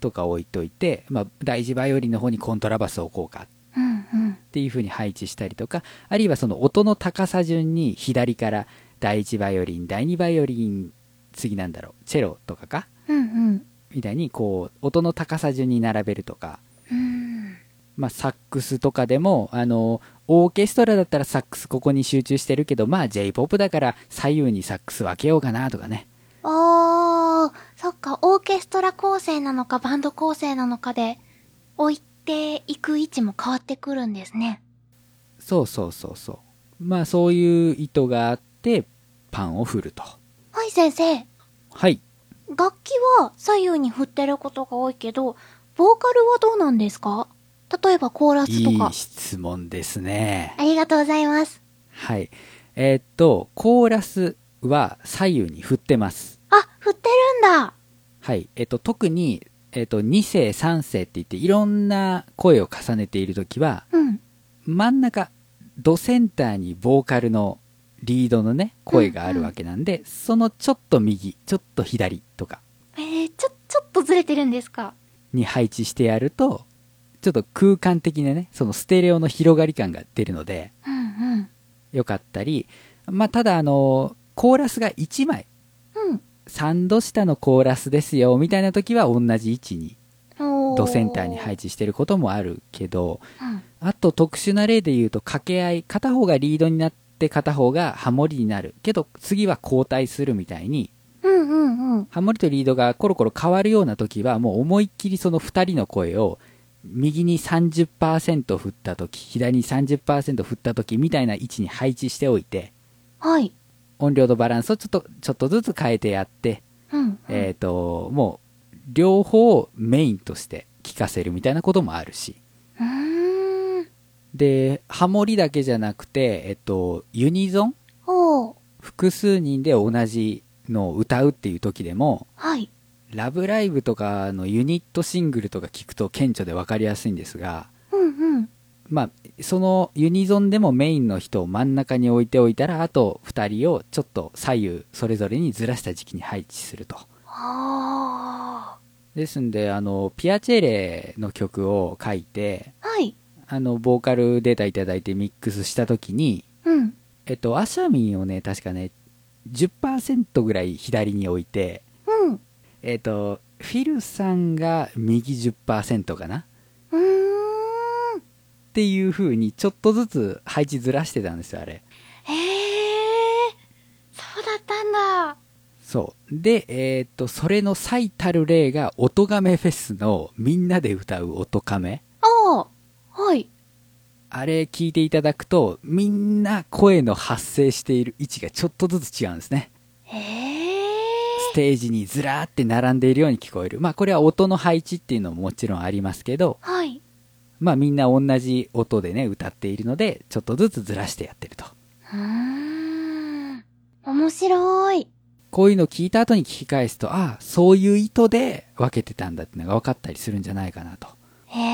S1: とか置いといて、まあ、第1バイオリンの方にコントラバスを置こうか
S2: うんうん。
S1: っていう風に配置したりとかあるいはその音の高さ順に左から第1バイオリン第2バイオリン次なんだろうチェロとかか
S2: うんうん。
S1: みたいにこう音の高さ順に並べるとか、
S2: うん。
S1: まあ、サックスとかでもあのオーケストラだったらサックスここに集中してるけどまあ j p o p だから左右にサックス分けようかなとかね
S2: あー、そっか、オーケストラ構成なのかバンド構成なのかで、置いていく位置も変わってくるんですね。
S1: そうそうそうそうまあそういう意図があってパンを振ると
S2: はい、先生。
S1: はい
S2: 楽器は左右に振ってることが多いけど、ボーカルはどうなんですか例えばコーラス
S1: い
S2: とか
S1: い。質問ですね
S2: ありがとうございます。
S1: はい。えーっと、コーラスは左右に振ってます。
S2: あ、振ってるんだ。
S1: はい。えっと、特に、えっと、2世、3世って言って、いろんな声を重ねているときは、
S2: うん。
S1: 真ん中、ドセンターにボーカルのリードのね、声があるわけなんで、そのちょっと右、ちょっと左とか
S2: えー、ちょ、ちょっとずれてるんですか
S1: に配置してやると、ちょっと空間的なね、そのステレオの広がり感が出るので、
S2: うんうん。
S1: よかったり、まあ、ただ、あの、コーラスが1枚、
S2: うん。
S1: 3度下のコーラスですよみたいな時は同じ位置に
S2: お
S1: ドセンターに配
S2: て、
S1: 置してることもあるけど
S2: うん、
S1: あと特殊な例で言うと掛け合い片方がリードになって片方がハモリになるけど次は交代するみたいに
S2: うんうんうん
S1: ハモリとリードがコロコロ変わるような時はもう思いっきりその2人の声を右に30%振った時左に30%振った時みたいな位置に配置しておいて
S2: はい
S1: 音量のバランスをちょっとちょっとずつ変えてやって
S2: うんうん
S1: えー、ともう両方をメインとして聴かせるみたいなこともあるし
S2: うーん
S1: でハモリだけじゃなくて、えっと、ユニゾン
S2: おー
S1: 複数人で同じのを歌うっていう時でも
S2: はい
S1: 「ラブライブ!」とかのユニットシングルとか聞くと顕著で分かりやすいんですが、
S2: うんうん
S1: まあ、そのユニゾンでもメインの人を真ん中に置いておいたらあと2人をちょっと左右それぞれにずらした時期に配置すると。
S2: あ
S1: ですんであのピアチェレの曲を書いて
S2: ーはい
S1: あのボーカルデータいただいてミックスした時に
S2: うん
S1: えっとアシャミンをね確かね10%ぐらい左に置いて
S2: うん
S1: えっとフィルさんが右10%かなっ
S2: うーん
S1: ていう風にちょっとずつ配置ずらしてたんですよあれ
S2: へえそうだったんだ
S1: そうでえっとそれの最たる例が音亀フェスのみんなで歌う音亀
S2: おーはい
S1: あれ聞いていただくとみんな声の発生している位置がちょっとずつ違うんですね
S2: へ
S1: ス
S2: え
S1: テージにずらーって並んでいるように聞こえるまあこれは音の配置っていうのももちろんありますけど
S2: はい
S1: まあみんな同じ音でね歌っているのでちょっとずつずらしてやってると
S2: うーん面白い
S1: こういうの聞いた後に聞き返すとああそういう意図で分けてたんだってのが分かったりするんじゃないかなと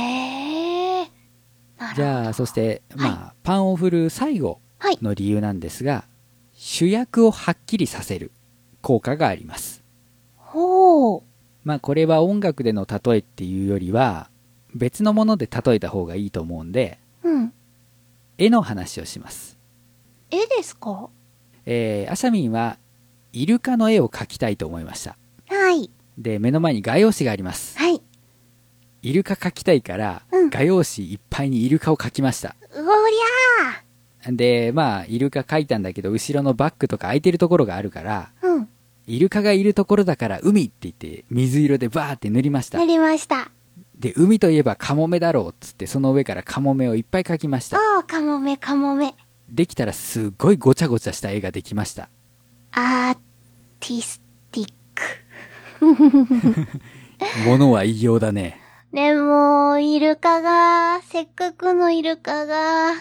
S2: へえなるほど
S1: じゃあそしてまあ、
S2: は
S1: パンを振る最後
S2: はい
S1: の理由なんですが主役をはっきりさせる効果があります
S2: ほう
S1: まあこれは音楽での例えっていうよりは別のもので例えた方がいいと思うんで
S2: うん
S1: 絵の話をします、
S2: 絵ですか
S1: えー、アシャミンはイルカの絵を描きたいと思いました
S2: はい。
S1: で目の前に画用紙があります
S2: はい。
S1: イルカ描きたいから、
S2: うん
S1: 画用紙いっぱいにイルカを描きました
S2: うおり
S1: でまあイルカ描いたんだけど後ろのバッグとか空いてるところがあるから
S2: ゃーうん。
S1: イルカがいるところだから海って言って水色でバーって塗りました
S2: 塗りました。
S1: で海といえばカモメだろうっつってその上からカモメをいっぱい描きました
S2: おー、カモメカモメ。
S1: できたらすっごいごちゃごちゃした絵ができました
S2: アーティスティック。
S1: 物は異様だね。
S2: でも、イルカが、せっかくのイルカが、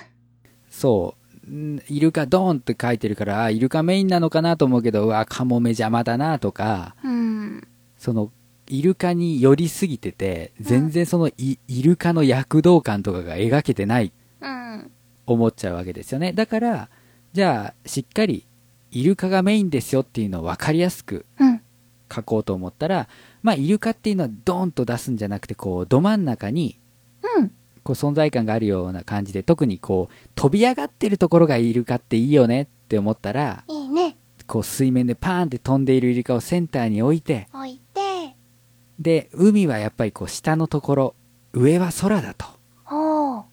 S1: そう。んイルカドーンって書いてるから、あイルカメインなのかなと思うけど、うわ、カモメ邪魔だなとか、
S2: うん。
S1: その、イルカに寄りすぎてて、全然そのイ、イルカの躍動感とかが描けてない
S2: うん。
S1: 思っちゃうわけですよね。だから、じゃあ、しっかり、イルカがメインですよっていうのを分かりやすく
S2: うん。
S1: 書こうと思ったら、まあ、イルカっていうのはドーンと出すんじゃなくて、こう、ど真ん中に、
S2: うん。
S1: こう存在感があるような感じで特にこう飛び上がってるところがイルカっていいよねって思ったら
S2: いいね。
S1: こう水面でパーンって飛んでいるイルカをセンターに置いて
S2: 置いて、
S1: で海はやっぱりこう下のところ上は空だと
S2: おう。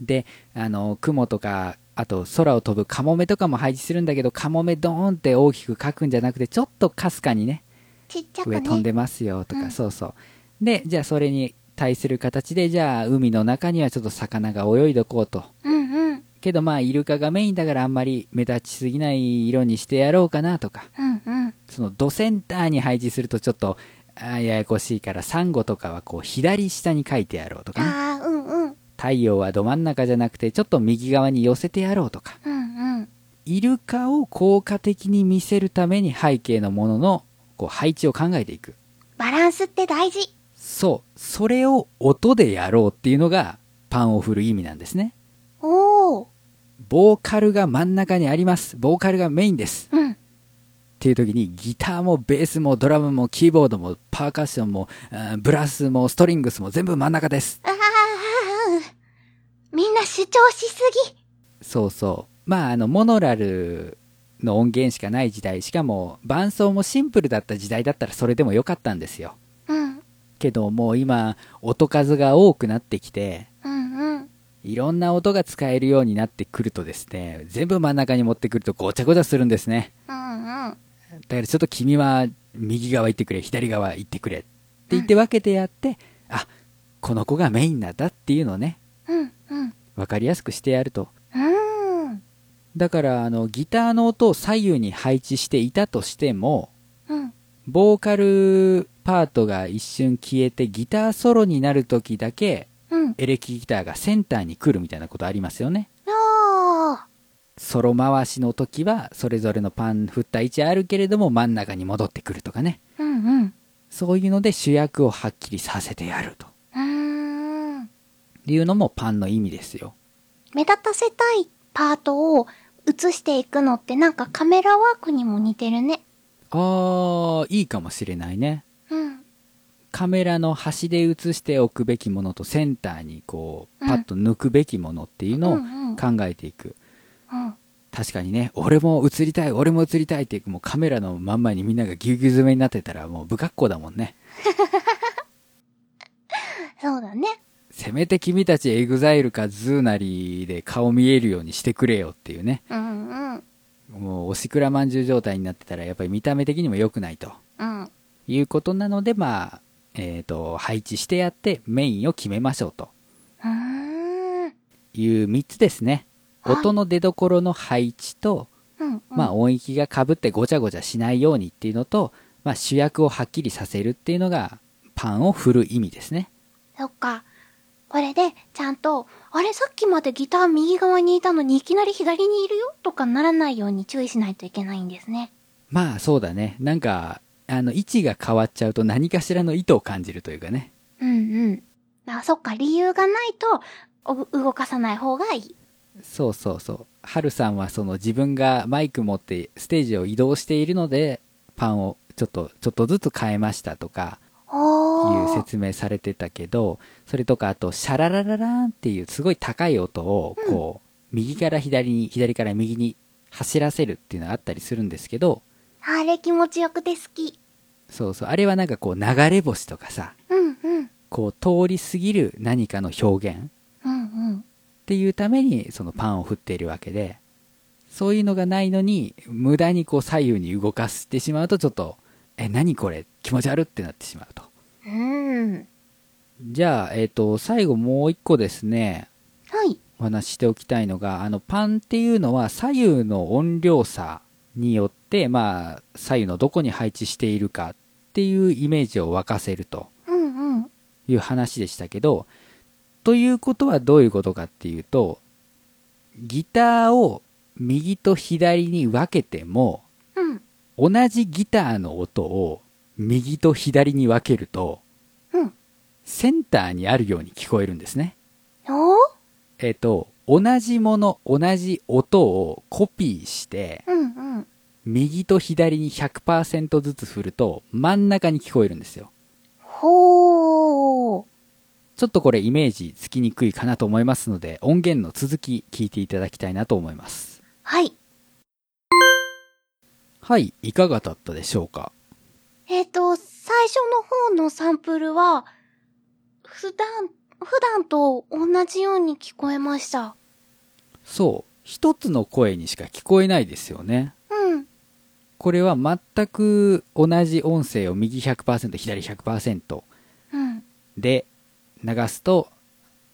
S1: であの雲とかあと空を飛ぶカモメとかも配置するんだけどカモメドーンって大きく描くんじゃなくてちょっとかすかにね
S2: ちっちゃくね。
S1: 上飛んでますよとか、
S2: うん
S1: そうそうでじゃあそれに対する形でじゃあ海の中にはちょっと魚が泳いどこうと
S2: うんうん。
S1: けどまあイルカがメインだからあんまり目立ちすぎない色にしてやろうかなとか
S2: うんうん。
S1: そのドセンターに配置するとちょっとあややこしいからサンゴとかはこう左下に書いてやろうとかね、
S2: ああ、うんうん。
S1: 太陽はど真ん中じゃなくてちょっと右側に寄せてやろうとか
S2: うんうん。
S1: イルカを効果的に見せるために背景のもののこう配置を考えていく
S2: バランスって大事。
S1: そうそれを音でやろうっていうのがパンを振る意味なんですね
S2: おお。
S1: ボーカルが真ん中にありますボーカルがメインです
S2: うん。
S1: っていう時にギターもベースもドラムもキーボードもパーカッションもあーブラスもストリングスも全部真ん中です
S2: ああ、みんな主張しすぎ。
S1: そうそうまああのモノラルの音源しかない時代しかも伴奏もシンプルだった時代だったらそれでもよかったんですよ
S2: うん。
S1: けどもう今音数が多くなってきて
S2: うんうん。
S1: いろんな音が使えるようになってくるとですね全部真ん中に持ってくるとごちゃごちゃするんですね
S2: うんうん。
S1: だからちょっと君は右側行ってくれ左側行ってくれって言って分けてやって、あこの子がメインなんだっていうのをね
S2: うんうん。
S1: 分かりやすくしてやると
S2: うん。
S1: だからあのギターの音を左右に配置していたとしても
S2: うん。
S1: ボーカルパートが一瞬消えてギターソロになる時だけ
S2: うん。
S1: エレキギターがセンターに来るみたいなことありますよね
S2: おー。
S1: ソロ回しの時はそれぞれのパン振った位置あるけれども真ん中に戻ってくるとかね
S2: うんうん。
S1: そういうので主役をはっきりさせてやると
S2: うーん。
S1: いうのもパンの意味ですよ。
S2: 目立たせたいパートを映していくのってなんかカメラワークにも似てるね。
S1: あー、いいかもしれないね。
S2: うん。
S1: カメラの端で映しておくべきものとセンターにこ
S2: う
S1: う、
S2: ん
S1: パッと抜くべきものっていうのを
S2: うんうん
S1: 考えていく。
S2: うん。
S1: 確かにね、俺も映りたい、俺も映りたいってもうカメラの真ん前にみんながぎゅうぎゅう詰めになってたらもう不格好だもんね。
S2: そうだね。
S1: せめて君たちエグザイルかズーなりで顔見えるようにしてくれよっていうね。
S2: うんうん。
S1: もうおしくらまんじゅう状態になってたらやっぱり見た目的にも良くないと。
S2: うん。
S1: いうことなので、まあ、えっ、と、配置してやってメインを決めましょうと
S2: うーん。
S1: いう3つですね。
S2: はい
S1: 音の出どころの配置と、
S2: うん、うん。
S1: まあ音域がかぶってごちゃごちゃしないようにっていうのと、まあ主役をはっきりさせるっていうのが、パンを振る意味ですね。
S2: そっか。これで、ちゃんと、あれさっきまでギター右側にいたのにいきなり左にいるよとかならないように注意しないといけないんですね。
S1: まあそうだね。なんか、あの、位置が変わっちゃうと何かしらの意図を感じるというかね。
S2: うんうん。あ、そっか。理由がないと、お動かさない方がいい。
S1: そうそうそう。はるさんはその自分がマイク持ってステージを移動しているので、パンをちょっと、ちょっとずつ変えましたとか、
S2: お
S1: いう
S2: ー。
S1: 説明されてたけどそれとかあとシャララララーンっていうすごい高い音をこう、右から左に左から右に走らせるっていうのがあったりするんですけど
S2: あれ気持ちよくて好き。
S1: そうそうあれはなんかこう流れ星とかさ
S2: うんうん。
S1: こう通り過ぎる何かの表現っ
S2: うんうん。
S1: ていうためにそのパンを振っているわけでそういうのがないのに無駄にこう左右に動かしてしまうとちょっとえ何これ気持ち悪ってなってしまうと
S2: うん。
S1: じゃあえっ、と最後もう一個ですね
S2: はい。
S1: お話ししておきたいのがあのパンっていうのは左右の音量差によって、まあ、左右のどこに配置しているかっっていうイメージを沸かせると
S2: うんうん。
S1: いう話でしたけど、ということはどういうことかっていうと、ギターを右と左に分けても、
S2: うん。
S1: 同じギターの音を右と左に分けると、
S2: うん。
S1: センターにあるように聞こえるんですね。
S2: お
S1: えっと、同じもの、同じ音をコピーして、
S2: うんうん。
S1: 右と左に100%ずつ振ると、真ん中に聞こえるんですよ。
S2: ほー。
S1: ちょっとこれイメージつきにくいかなと思いますので、音源の続き聞いていただきたいなと思います。
S2: はい。
S1: はい、いかがだったでしょうか
S2: えっ、と、最初の方のサンプルは、普段、普段と同じように聞こえました。
S1: そう、一つの声にしか聞こえないですよね。
S2: うん。
S1: これは全く同じ音声を右100%、左100%
S2: うん。
S1: で流すと、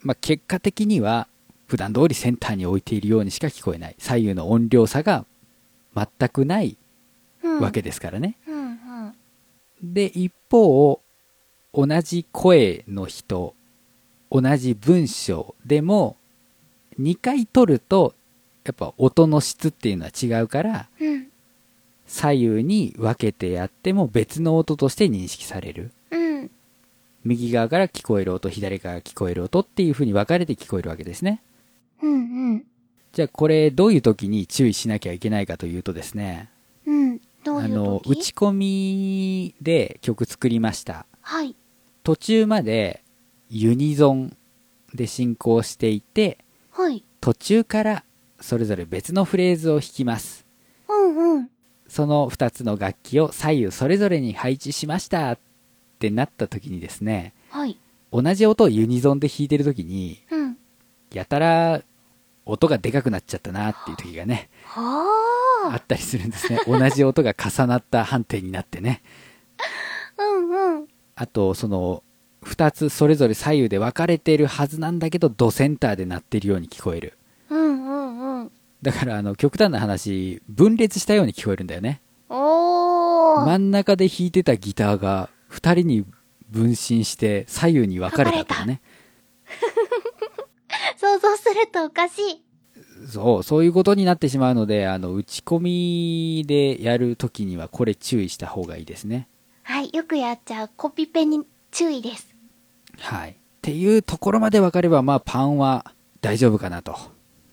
S1: まあ、結果的には普段通りセンターに置いているようにしか聞こえない。左右の音量差が全くない
S2: うん。
S1: わけですからね。
S2: うんうん。
S1: で一方同じ声の人同じ文章でも2回取るとやっぱ音の質っていうのは違うから
S2: うん。
S1: 左右に分けてやっても別の音として認識される
S2: うん。
S1: 右側から聞こえる音左側から聞こえる音っていう風に分かれて聞こえるわけですね
S2: うんうん。
S1: じゃあこれどういう時に注意しなきゃいけないかというとですね
S2: うん。どうい
S1: あ
S2: う時
S1: の打ち込みで曲作りました
S2: はい。
S1: 途中までユニゾンで進行していて
S2: はい。
S1: 途中からそれぞれ別のフレーズを弾きます
S2: うんうん。
S1: その2つの楽器を左右それぞれに配置しましたってなった時にですね
S2: はい。
S1: 同じ音をユニゾンで弾いてる時に
S2: うん。
S1: やたら音がでかくなっちゃったなっていう時がね
S2: は
S1: あ
S2: あ。
S1: ったりするんですね <laughs> 同じ音が重なった判定になってね
S2: うんうん。
S1: あとその2つそれぞれ左右で分かれてるはずなんだけどドセンターで鳴ってるように聞こえる
S2: うんうんうん。
S1: だからあの極端な話分裂したように聞こえるんだよね
S2: おー。
S1: 真ん中で弾いてたギターが2人に分身して左右に分かれたとかね
S2: 想像するとおかしい。
S1: そうそういうことになってしまうのであの打ち込みでやるときにはこれ注意した方がいいですね
S2: はい。よくやっちゃうコピペに注意です。
S1: はいっていうところまで分かればまあパンは大丈夫かなと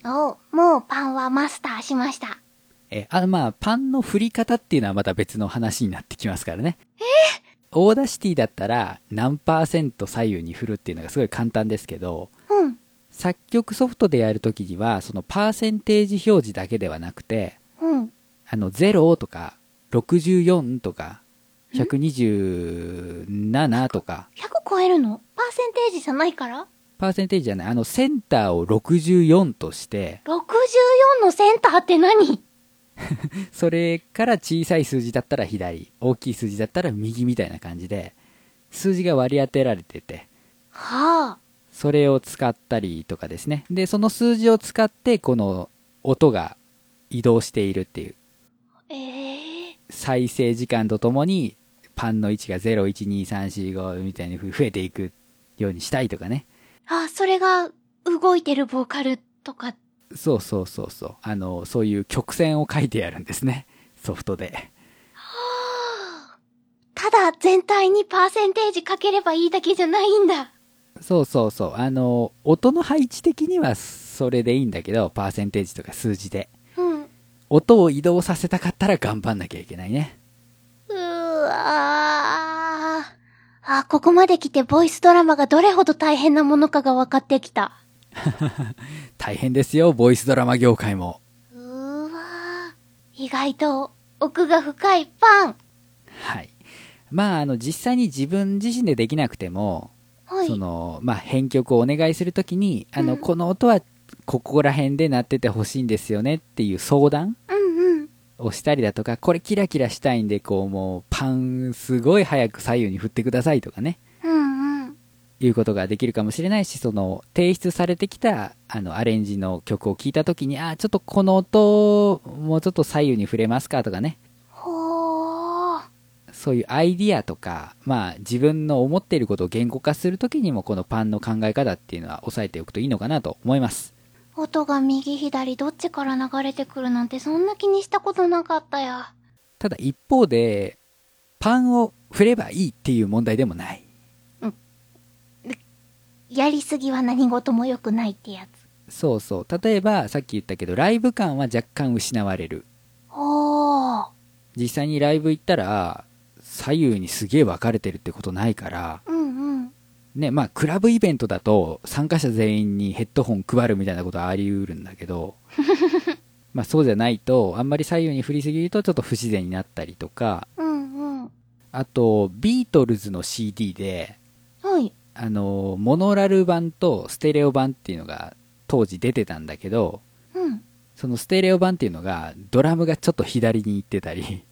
S2: おもうパンはマスターしました。
S1: えあまあパンの振り方っていうのはまた別の話になってきますからねオーダーシティだったら何パーセント左右に振るっていうのがすごい簡単ですけど
S2: うん。
S1: 作曲ソフトでやるときにはそのパーセンテージ表示だけではなくて
S2: うん。
S1: あの0とか64とか127とか
S2: 100超えるのパーセンテージじゃないから
S1: パーセンテージじゃないあのセンターを64として
S2: 64のセンターって何
S1: それから小さい数字だったら左大きい数字だったら右みたいな感じで数字が割り当てられてて
S2: はあ。
S1: それを使ったりとかですねでその数字を使ってこの音が移動しているっていう
S2: ええ
S1: 再生時間とともにパンの位置が01234みたいに増えていくようにしたいとかね
S2: あ、それが動いてるボーカルとか。
S1: そうそうそうそうあのそういう曲線を書いてやるんですねソフトで
S2: ただ全体にパーセンテージかければいいだけじゃないんだ。
S1: そうそうそうあの音の配置的にはそれでいいんだけどパーセンテージとか数字で
S2: うん。う
S1: 音を移動させたかったら頑張んなきゃいけないね
S2: ーわー。あ、ここまで来てボイスドラマがどれほど大変なものかが分かってきた。
S1: 大変ですよボイスドラマ業界も
S2: うーわー。意外と奥が深いパン。
S1: はいまああの実際に自分自身でできなくても
S2: はい。
S1: そのまあ、編曲をお願いするときにあの、
S2: うん
S1: この音はここら辺で鳴っててほしいんですよねっていう相談
S2: うんうん。
S1: をしたりだとかこれキラキラしたいんでこうもうパンすごい早く左右に振ってくださいとかね
S2: うんうん。
S1: いうことができるかもしれないしその提出されてきたあのアレンジの曲を聴いたときにあーちょっとこの音もうちょっと左右に触れますかとかね
S2: ほー。
S1: そういうアイディアとか、まあ自分の思っていることを言語化するときにもこのパンの考え方っていうのは押さえておくといいのかなと思います。
S2: 音が右左どっちから流れてくるなんてそんな気にしたことなかったや。
S1: ただ一方で、パンを振ればいいっていう問題でもない。
S2: やりすぎは何事も良くないってやつ。
S1: そうそう。例えばさっき言ったけどライブ感は若干失われる。
S2: おー。
S1: 実際にライブ行ったら左右にすげえ分かれてるってことないから、
S2: うんうん。
S1: ね、まあクラブイベントだと参加者全員にヘッドホン配るみたいなことはあり得るんだけど、まあそうじゃないと、あんまり左右に振りすぎるとちょっと不自然になったりとか、
S2: うんうん。
S1: あとビートルズの CD で、
S2: はい。
S1: あの、モノラル版とステレオ版っていうのが当時出てたんだけど、
S2: うん。
S1: そのステレオ版っていうのがドラムがちょっと左に行ってたり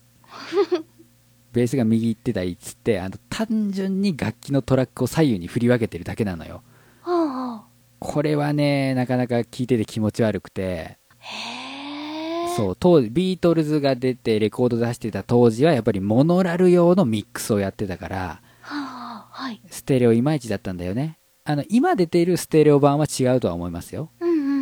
S1: ベースが右行ってたりっつってあの単純に楽器のトラックを左右に振り分けてるだけなのよ
S2: はあは
S1: これはねなかなか聞いてて気持ち悪くて
S2: あ。へー。
S1: そう当ビートルズが出てレコード出してた当時はやっぱりモノラル用のミックスをやってたから
S2: はあはあ。はい。
S1: ステレオいまいちだったんだよねあの今出ているステレオ版は違うとは思いますよ
S2: うんうんうんう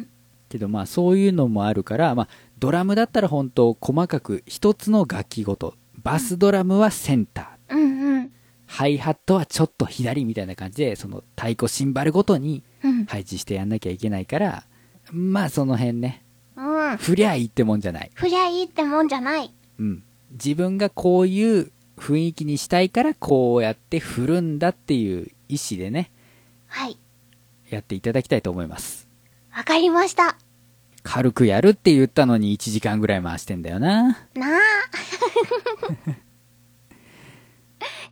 S2: ん。
S1: けどまあそういうのもあるから、まあ、ドラムだったら本当細かく一つの楽器ごとバスドラムはセンター、
S2: うんうん。
S1: ハイハットはちょっと左みたいな感じでその太鼓シンバルごとに
S2: うん。
S1: 配置してやんなきゃいけないからまあその辺ね
S2: うん。
S1: 振りゃいいってもんじゃない、
S2: ふりゃいいってもんじゃない。
S1: うん、自分がこういう雰囲気にしたいからこうやって振るんだっていう意思でね
S2: はい。
S1: やっていただきたいと思います
S2: わかりました。
S1: 軽くやるって言ったのに1時間ぐらい回してんだよな
S2: <laughs> なあ。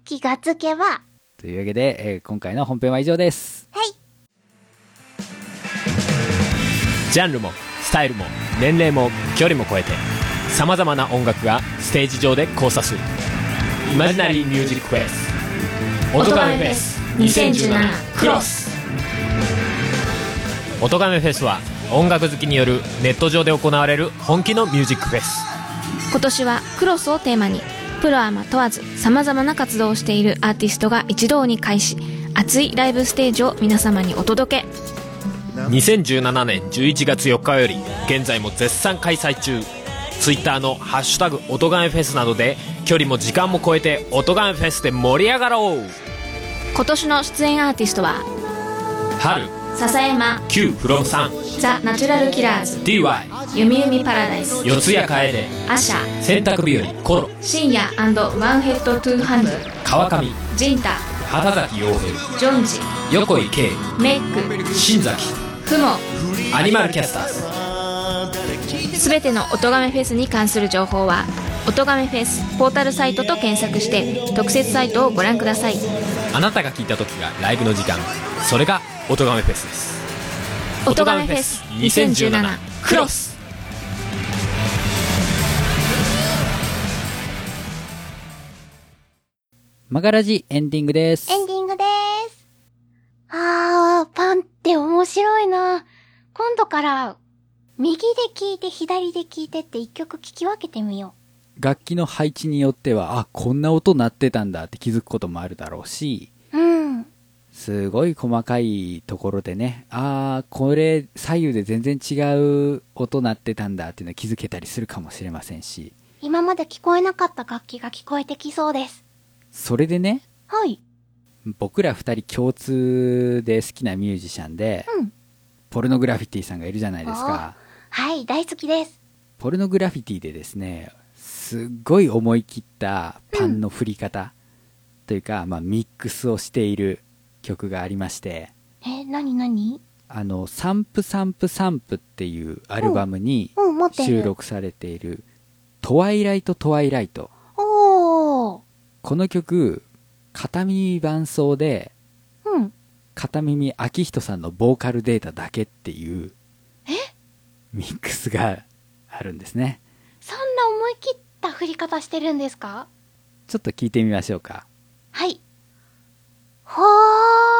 S2: 気がつけば。は
S1: というわけで、えー今回の本編は以上です
S2: い。
S3: ジャンルもスタイルも年齢も距離も超えてさまざまな音楽がステージ上で交差するイマジナリーミュージックフェス音ガメフェス2017クロス音ガメフェスは音楽好きによるネット上で行われる本気のミュージックフェス
S4: 今年はクロスをテーマにプロアマ問わず様々な活動をしているアーティストが一堂に会し熱いライブステージを皆様にお届け
S3: 2017年11月4日より現在も絶賛開催中 Twitter の「ハッシュタグ音ガメフェス」などで距離も時間も超えて音ガメフェスで盛り上がろう
S4: 今年の出演アーティストは
S3: 春
S4: 笹山
S3: Q from 3
S4: ザ・ナチュラル・キラーズ
S3: DY
S4: 弓弓パラダイス
S3: 四谷楓
S4: アシャ
S3: 洗濯日和コロ
S4: 深夜ワンヘッド・トゥ・ハンド
S3: 川上
S4: ジンタ
S3: 畑崎陽平
S4: ジョンジ
S3: 横井圭
S4: メック
S3: 新崎
S4: フモ
S3: アニマルキャスターズ
S4: すべての音とがめフェスに関する情報は「音がめフェス」ポータルサイトと検索して特設サイトをご覧ください
S3: あなたが聞いた時がライブの時間それが「音亀フェス」です「
S4: 音がめフェス2017クロス」
S1: マガラジエンディングです
S2: エンディングでーす。あー、パンって面白いな。今度から、右で聞いて左で聞いてって一曲聞き分けてみよ
S1: 楽器の配置によってはあこんな音鳴ってたんだって気づくこともあるだろうし
S2: う。うん。
S1: すごい細かいところでねあーこれ左右で全然違う音鳴ってたんだっていうのは気づけたりするかもしれませんし
S2: 今まで聞こえなかった楽器が聞こえてきそうです。
S1: それでね
S2: はい。
S1: 僕ら二人共通で好きなミュージシャンで、
S2: うん
S1: ポルノグラフィティさんがいるじゃないですか
S2: はい、大好きです。
S1: ポルノグラフィティでですねすっごい思い切ったパンの振り方、というか、まあ、ミックスをしている曲がありまして
S2: え、なになに
S1: あの「サンプサンプサンプ」っていうアルバムに
S2: うん、持ってる。
S1: 収録されている「トワイライトトワイライト
S2: おー。」
S1: この曲片耳伴奏で
S2: うん。
S1: 片耳明人さんのボーカルデータだけっていうミックスがあるんですね
S2: そんな思い切った振り方してるんですか
S1: ちょっと聞いてみましょうか
S2: はい。ほー。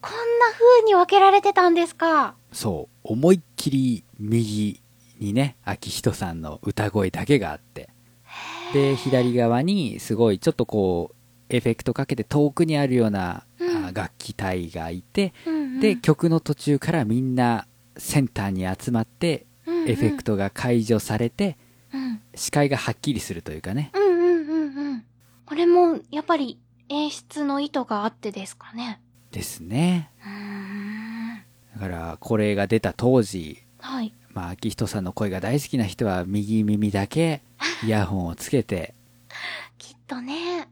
S2: こんな風に分けられてたんですか
S1: そう思いっきり右にね明人さんの歌声だけがあってで左側にすごいちょっとこうエフェクトかけて遠くにあるような、
S2: うん
S1: あ楽器隊がいて
S2: うんうん
S1: で、曲の途中からみんなセンターに集まって
S2: うんうん
S1: エフェク。トが解除されて
S2: うん。
S1: 視界がはっきりするというかね
S2: うんうんうんうん。これも、やっぱり演出の意図があってですかね。
S1: ですね
S2: うーん。
S1: だからこれが出た当時
S2: はい。
S1: まあ秋人さんの声が大好きな人は右耳だけイヤホンをつけて
S2: きっとね。
S1: っ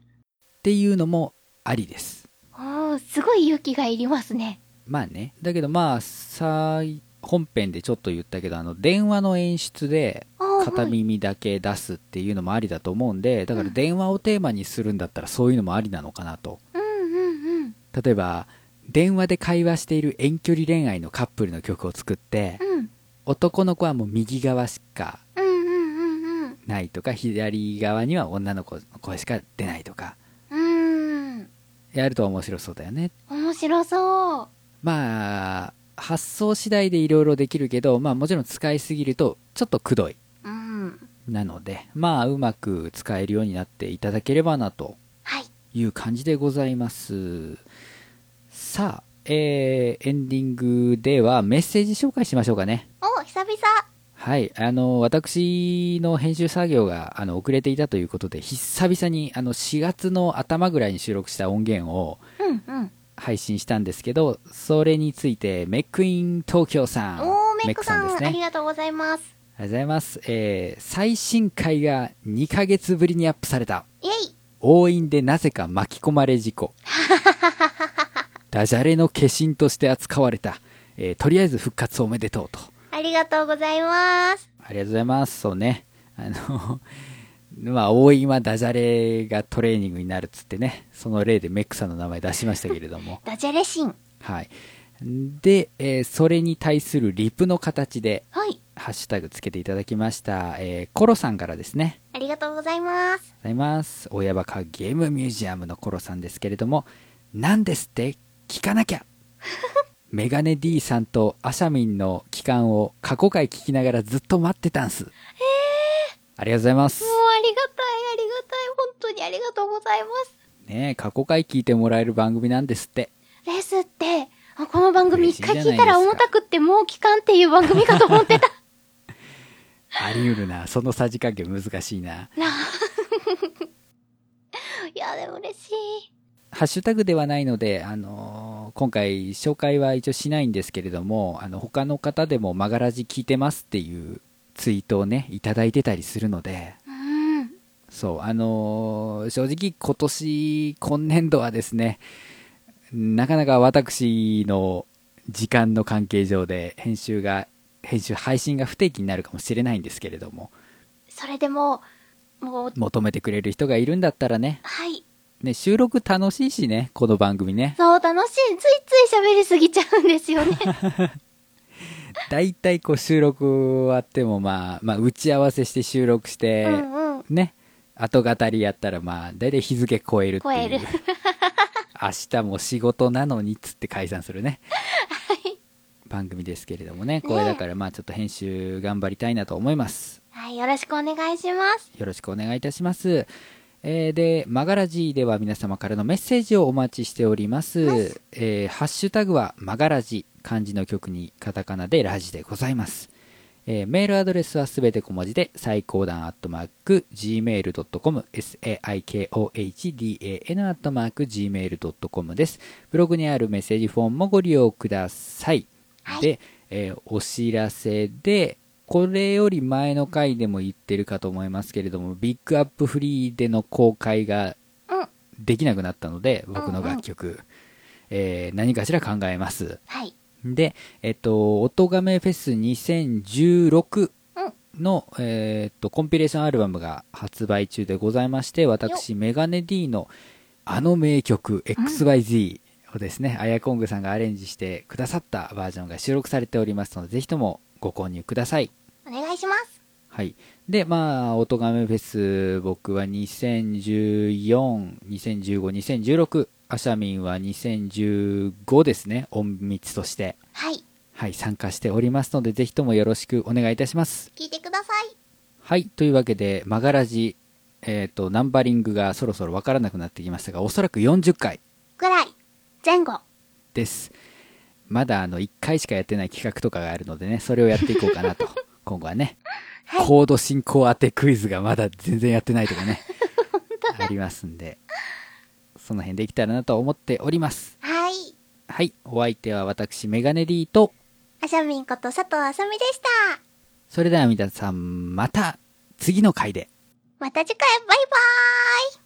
S1: ていうのもありです
S2: おー、すごい勇気がいりますね。
S1: まあねだけどまあさ本編でちょっと言ったけどあの電話の演出で
S2: あー
S1: 片
S2: はい
S1: 耳だけ出すっていうのもありだと思うんでだから電話をテーマにするんだったらそういうのもありなのかなと
S2: うんうんうん。
S1: 例えば電話で会話している遠距離恋愛のカップルの曲を作って
S2: うん。
S1: 男の子はもう右側しか
S2: うんうんうんうん。
S1: ないとか左側には女の子の声しか出ないとか
S2: うーん。
S1: やると面白そうだよね
S2: 面白そう。
S1: まあ発想次第でいろいろできるけどまあもちろん使いすぎるとちょっとくどい
S2: うん。
S1: なのでまあうまく使えるようになっていただければなと
S2: はい。
S1: いう感じでございますさあえーエンディングではメッセージ紹介しましょうかね
S2: お、久々。
S1: はいあの私の編集作業があの遅れていたということで久々にあの4月の頭ぐらいに収録した音源を
S2: うんうん。
S1: 配信したんですけどそれについてメックイン東京さん
S2: おー、メックさん、
S1: ですね
S2: あ
S1: あ
S2: り
S1: りが
S2: がとうございます。
S1: とうございます、えー最新回が2ヶ月ぶりにアップされた
S2: イェイ
S1: 応印でなぜか巻き込まれ事
S2: <laughs>
S1: 故ダジャレの化身として扱われた、えーとりあえず復活おめでとうと
S2: ありがとうございます。
S1: ありがとうございますそうねあの <laughs> まあ応印はダジャレがトレーニングになるっつってねその例でメックさんの名前出しましたけれども
S2: ダジャレシン。
S1: はい。で、えーそれに対するリプの形で、
S2: はい。
S1: ハッシュタグつけていただきました、えーコロさんからですね。
S2: ありがとうござい
S1: あ
S2: ます。
S1: りがとうございます。親バカゲームミュージアムのコロさんですけれども、何ですって聞かなきゃメガネ D さんとアシャミンの期間を過去回聞きながらずっと待ってたんす。ありがとうございます
S2: もう。ありがたい、ありがたい。本当にありがとうございます。
S1: ねえ過去回聞いてもらえる番組なんですって。
S2: ですって、あこの番組
S1: 嬉しい
S2: 一
S1: じゃ
S2: 回
S1: ない
S2: 聞いたら
S1: ですか
S2: 重たくってもう期間っていう番組かと思 <laughs> ってた。
S1: あり得るな。そのさじ加減難しいな。
S2: なあいや、でも嬉しい。
S1: ハッシュタグではないので、あのー今回紹介は一応しないんですけれども、あの、他の方でもマガラジ聞いてますっていうツイートをね、いただいてたりするので、
S2: うん。
S1: そう、あのー正直今年、今年度はですね、なかなか私の時間の関係上で編集が、編集、配信が不定期になるかもしれないんですけれども、
S2: それでも、もう、
S1: 求めてくれる人がいるんだったらね、
S2: はい。
S1: ね、収録楽しいしね、この番組ね。
S2: そう、楽しい。ついつい喋りすぎちゃうんですよね。
S1: 大体こう収録終わってもまあ、まあ、打ち合わせして収録して、
S2: うんうん。
S1: ね後語りやったらまあ大体日付超えるって
S2: 超え
S1: い
S2: る
S1: う明日も仕事なのにっつって解散する
S2: <laughs>
S1: ね、番組ですけれどもねこれ
S2: ね
S1: だからまあちょっと編集頑張りたいなと思います
S2: はい、よろしくお願いします。
S1: よろしくお願いいたします。えーで、マガラジでは皆様からのメッセージをお待ちしております。えーハッシュタグはマガラジ、漢字の曲にカタカナでラジでございます。えーメールアドレスはすべて小文字で、最高段アットマーク、gmail.com、saikohdan アットマーク、gmail.com です。ブログにあるメッセージフォームもご利用ください。
S2: はい
S1: で、えーお知らせで、これより前の回でも言ってるかと思いますけれども、ビッグアップフリーでの公開が
S2: うん。
S1: できなくなったので、僕
S2: う
S1: の
S2: んうん
S1: 楽曲、えー何かしら考えます。
S2: はい。
S1: で、えっと、音亀フェス2016
S2: うん。
S1: の、えーっと、コンピレーションアルバムが発売中でございまして、私、メガネ D のあの名曲、XYZ をですね、アヤコングさんがアレンジしてくださったバージョンが収録されておりますので、ぜひともご購入ください。
S2: お願いします。
S1: はい。で、まあ、音亀フェス、僕は2014、2015、2016、アシャミンは2015ですね、音密として。
S2: はい。
S1: はい、参加しておりますので、ぜひともよろしくお願いいたします。
S2: 聞いてください。
S1: はい、というわけで、マガラジ、えっ、と、ナンバリングがそろそろわからなくなってきましたが、おそらく40回
S2: ぐらい前後
S1: です。まだあの、1回しかやってない企画とかがあるのでね、それをやっていこうかな
S2: <laughs>
S1: と。今後はね。
S2: はい
S1: コード進行当てクイズがまだ全然やってないとかね。ありますんで、その辺できたらなと思っております。
S2: はい
S1: はい。お相手は私、メガネ D と、
S2: あしゃみんこと佐藤あさみでした
S1: それでは皆さん、また次の回で。
S2: また次回バイバーイ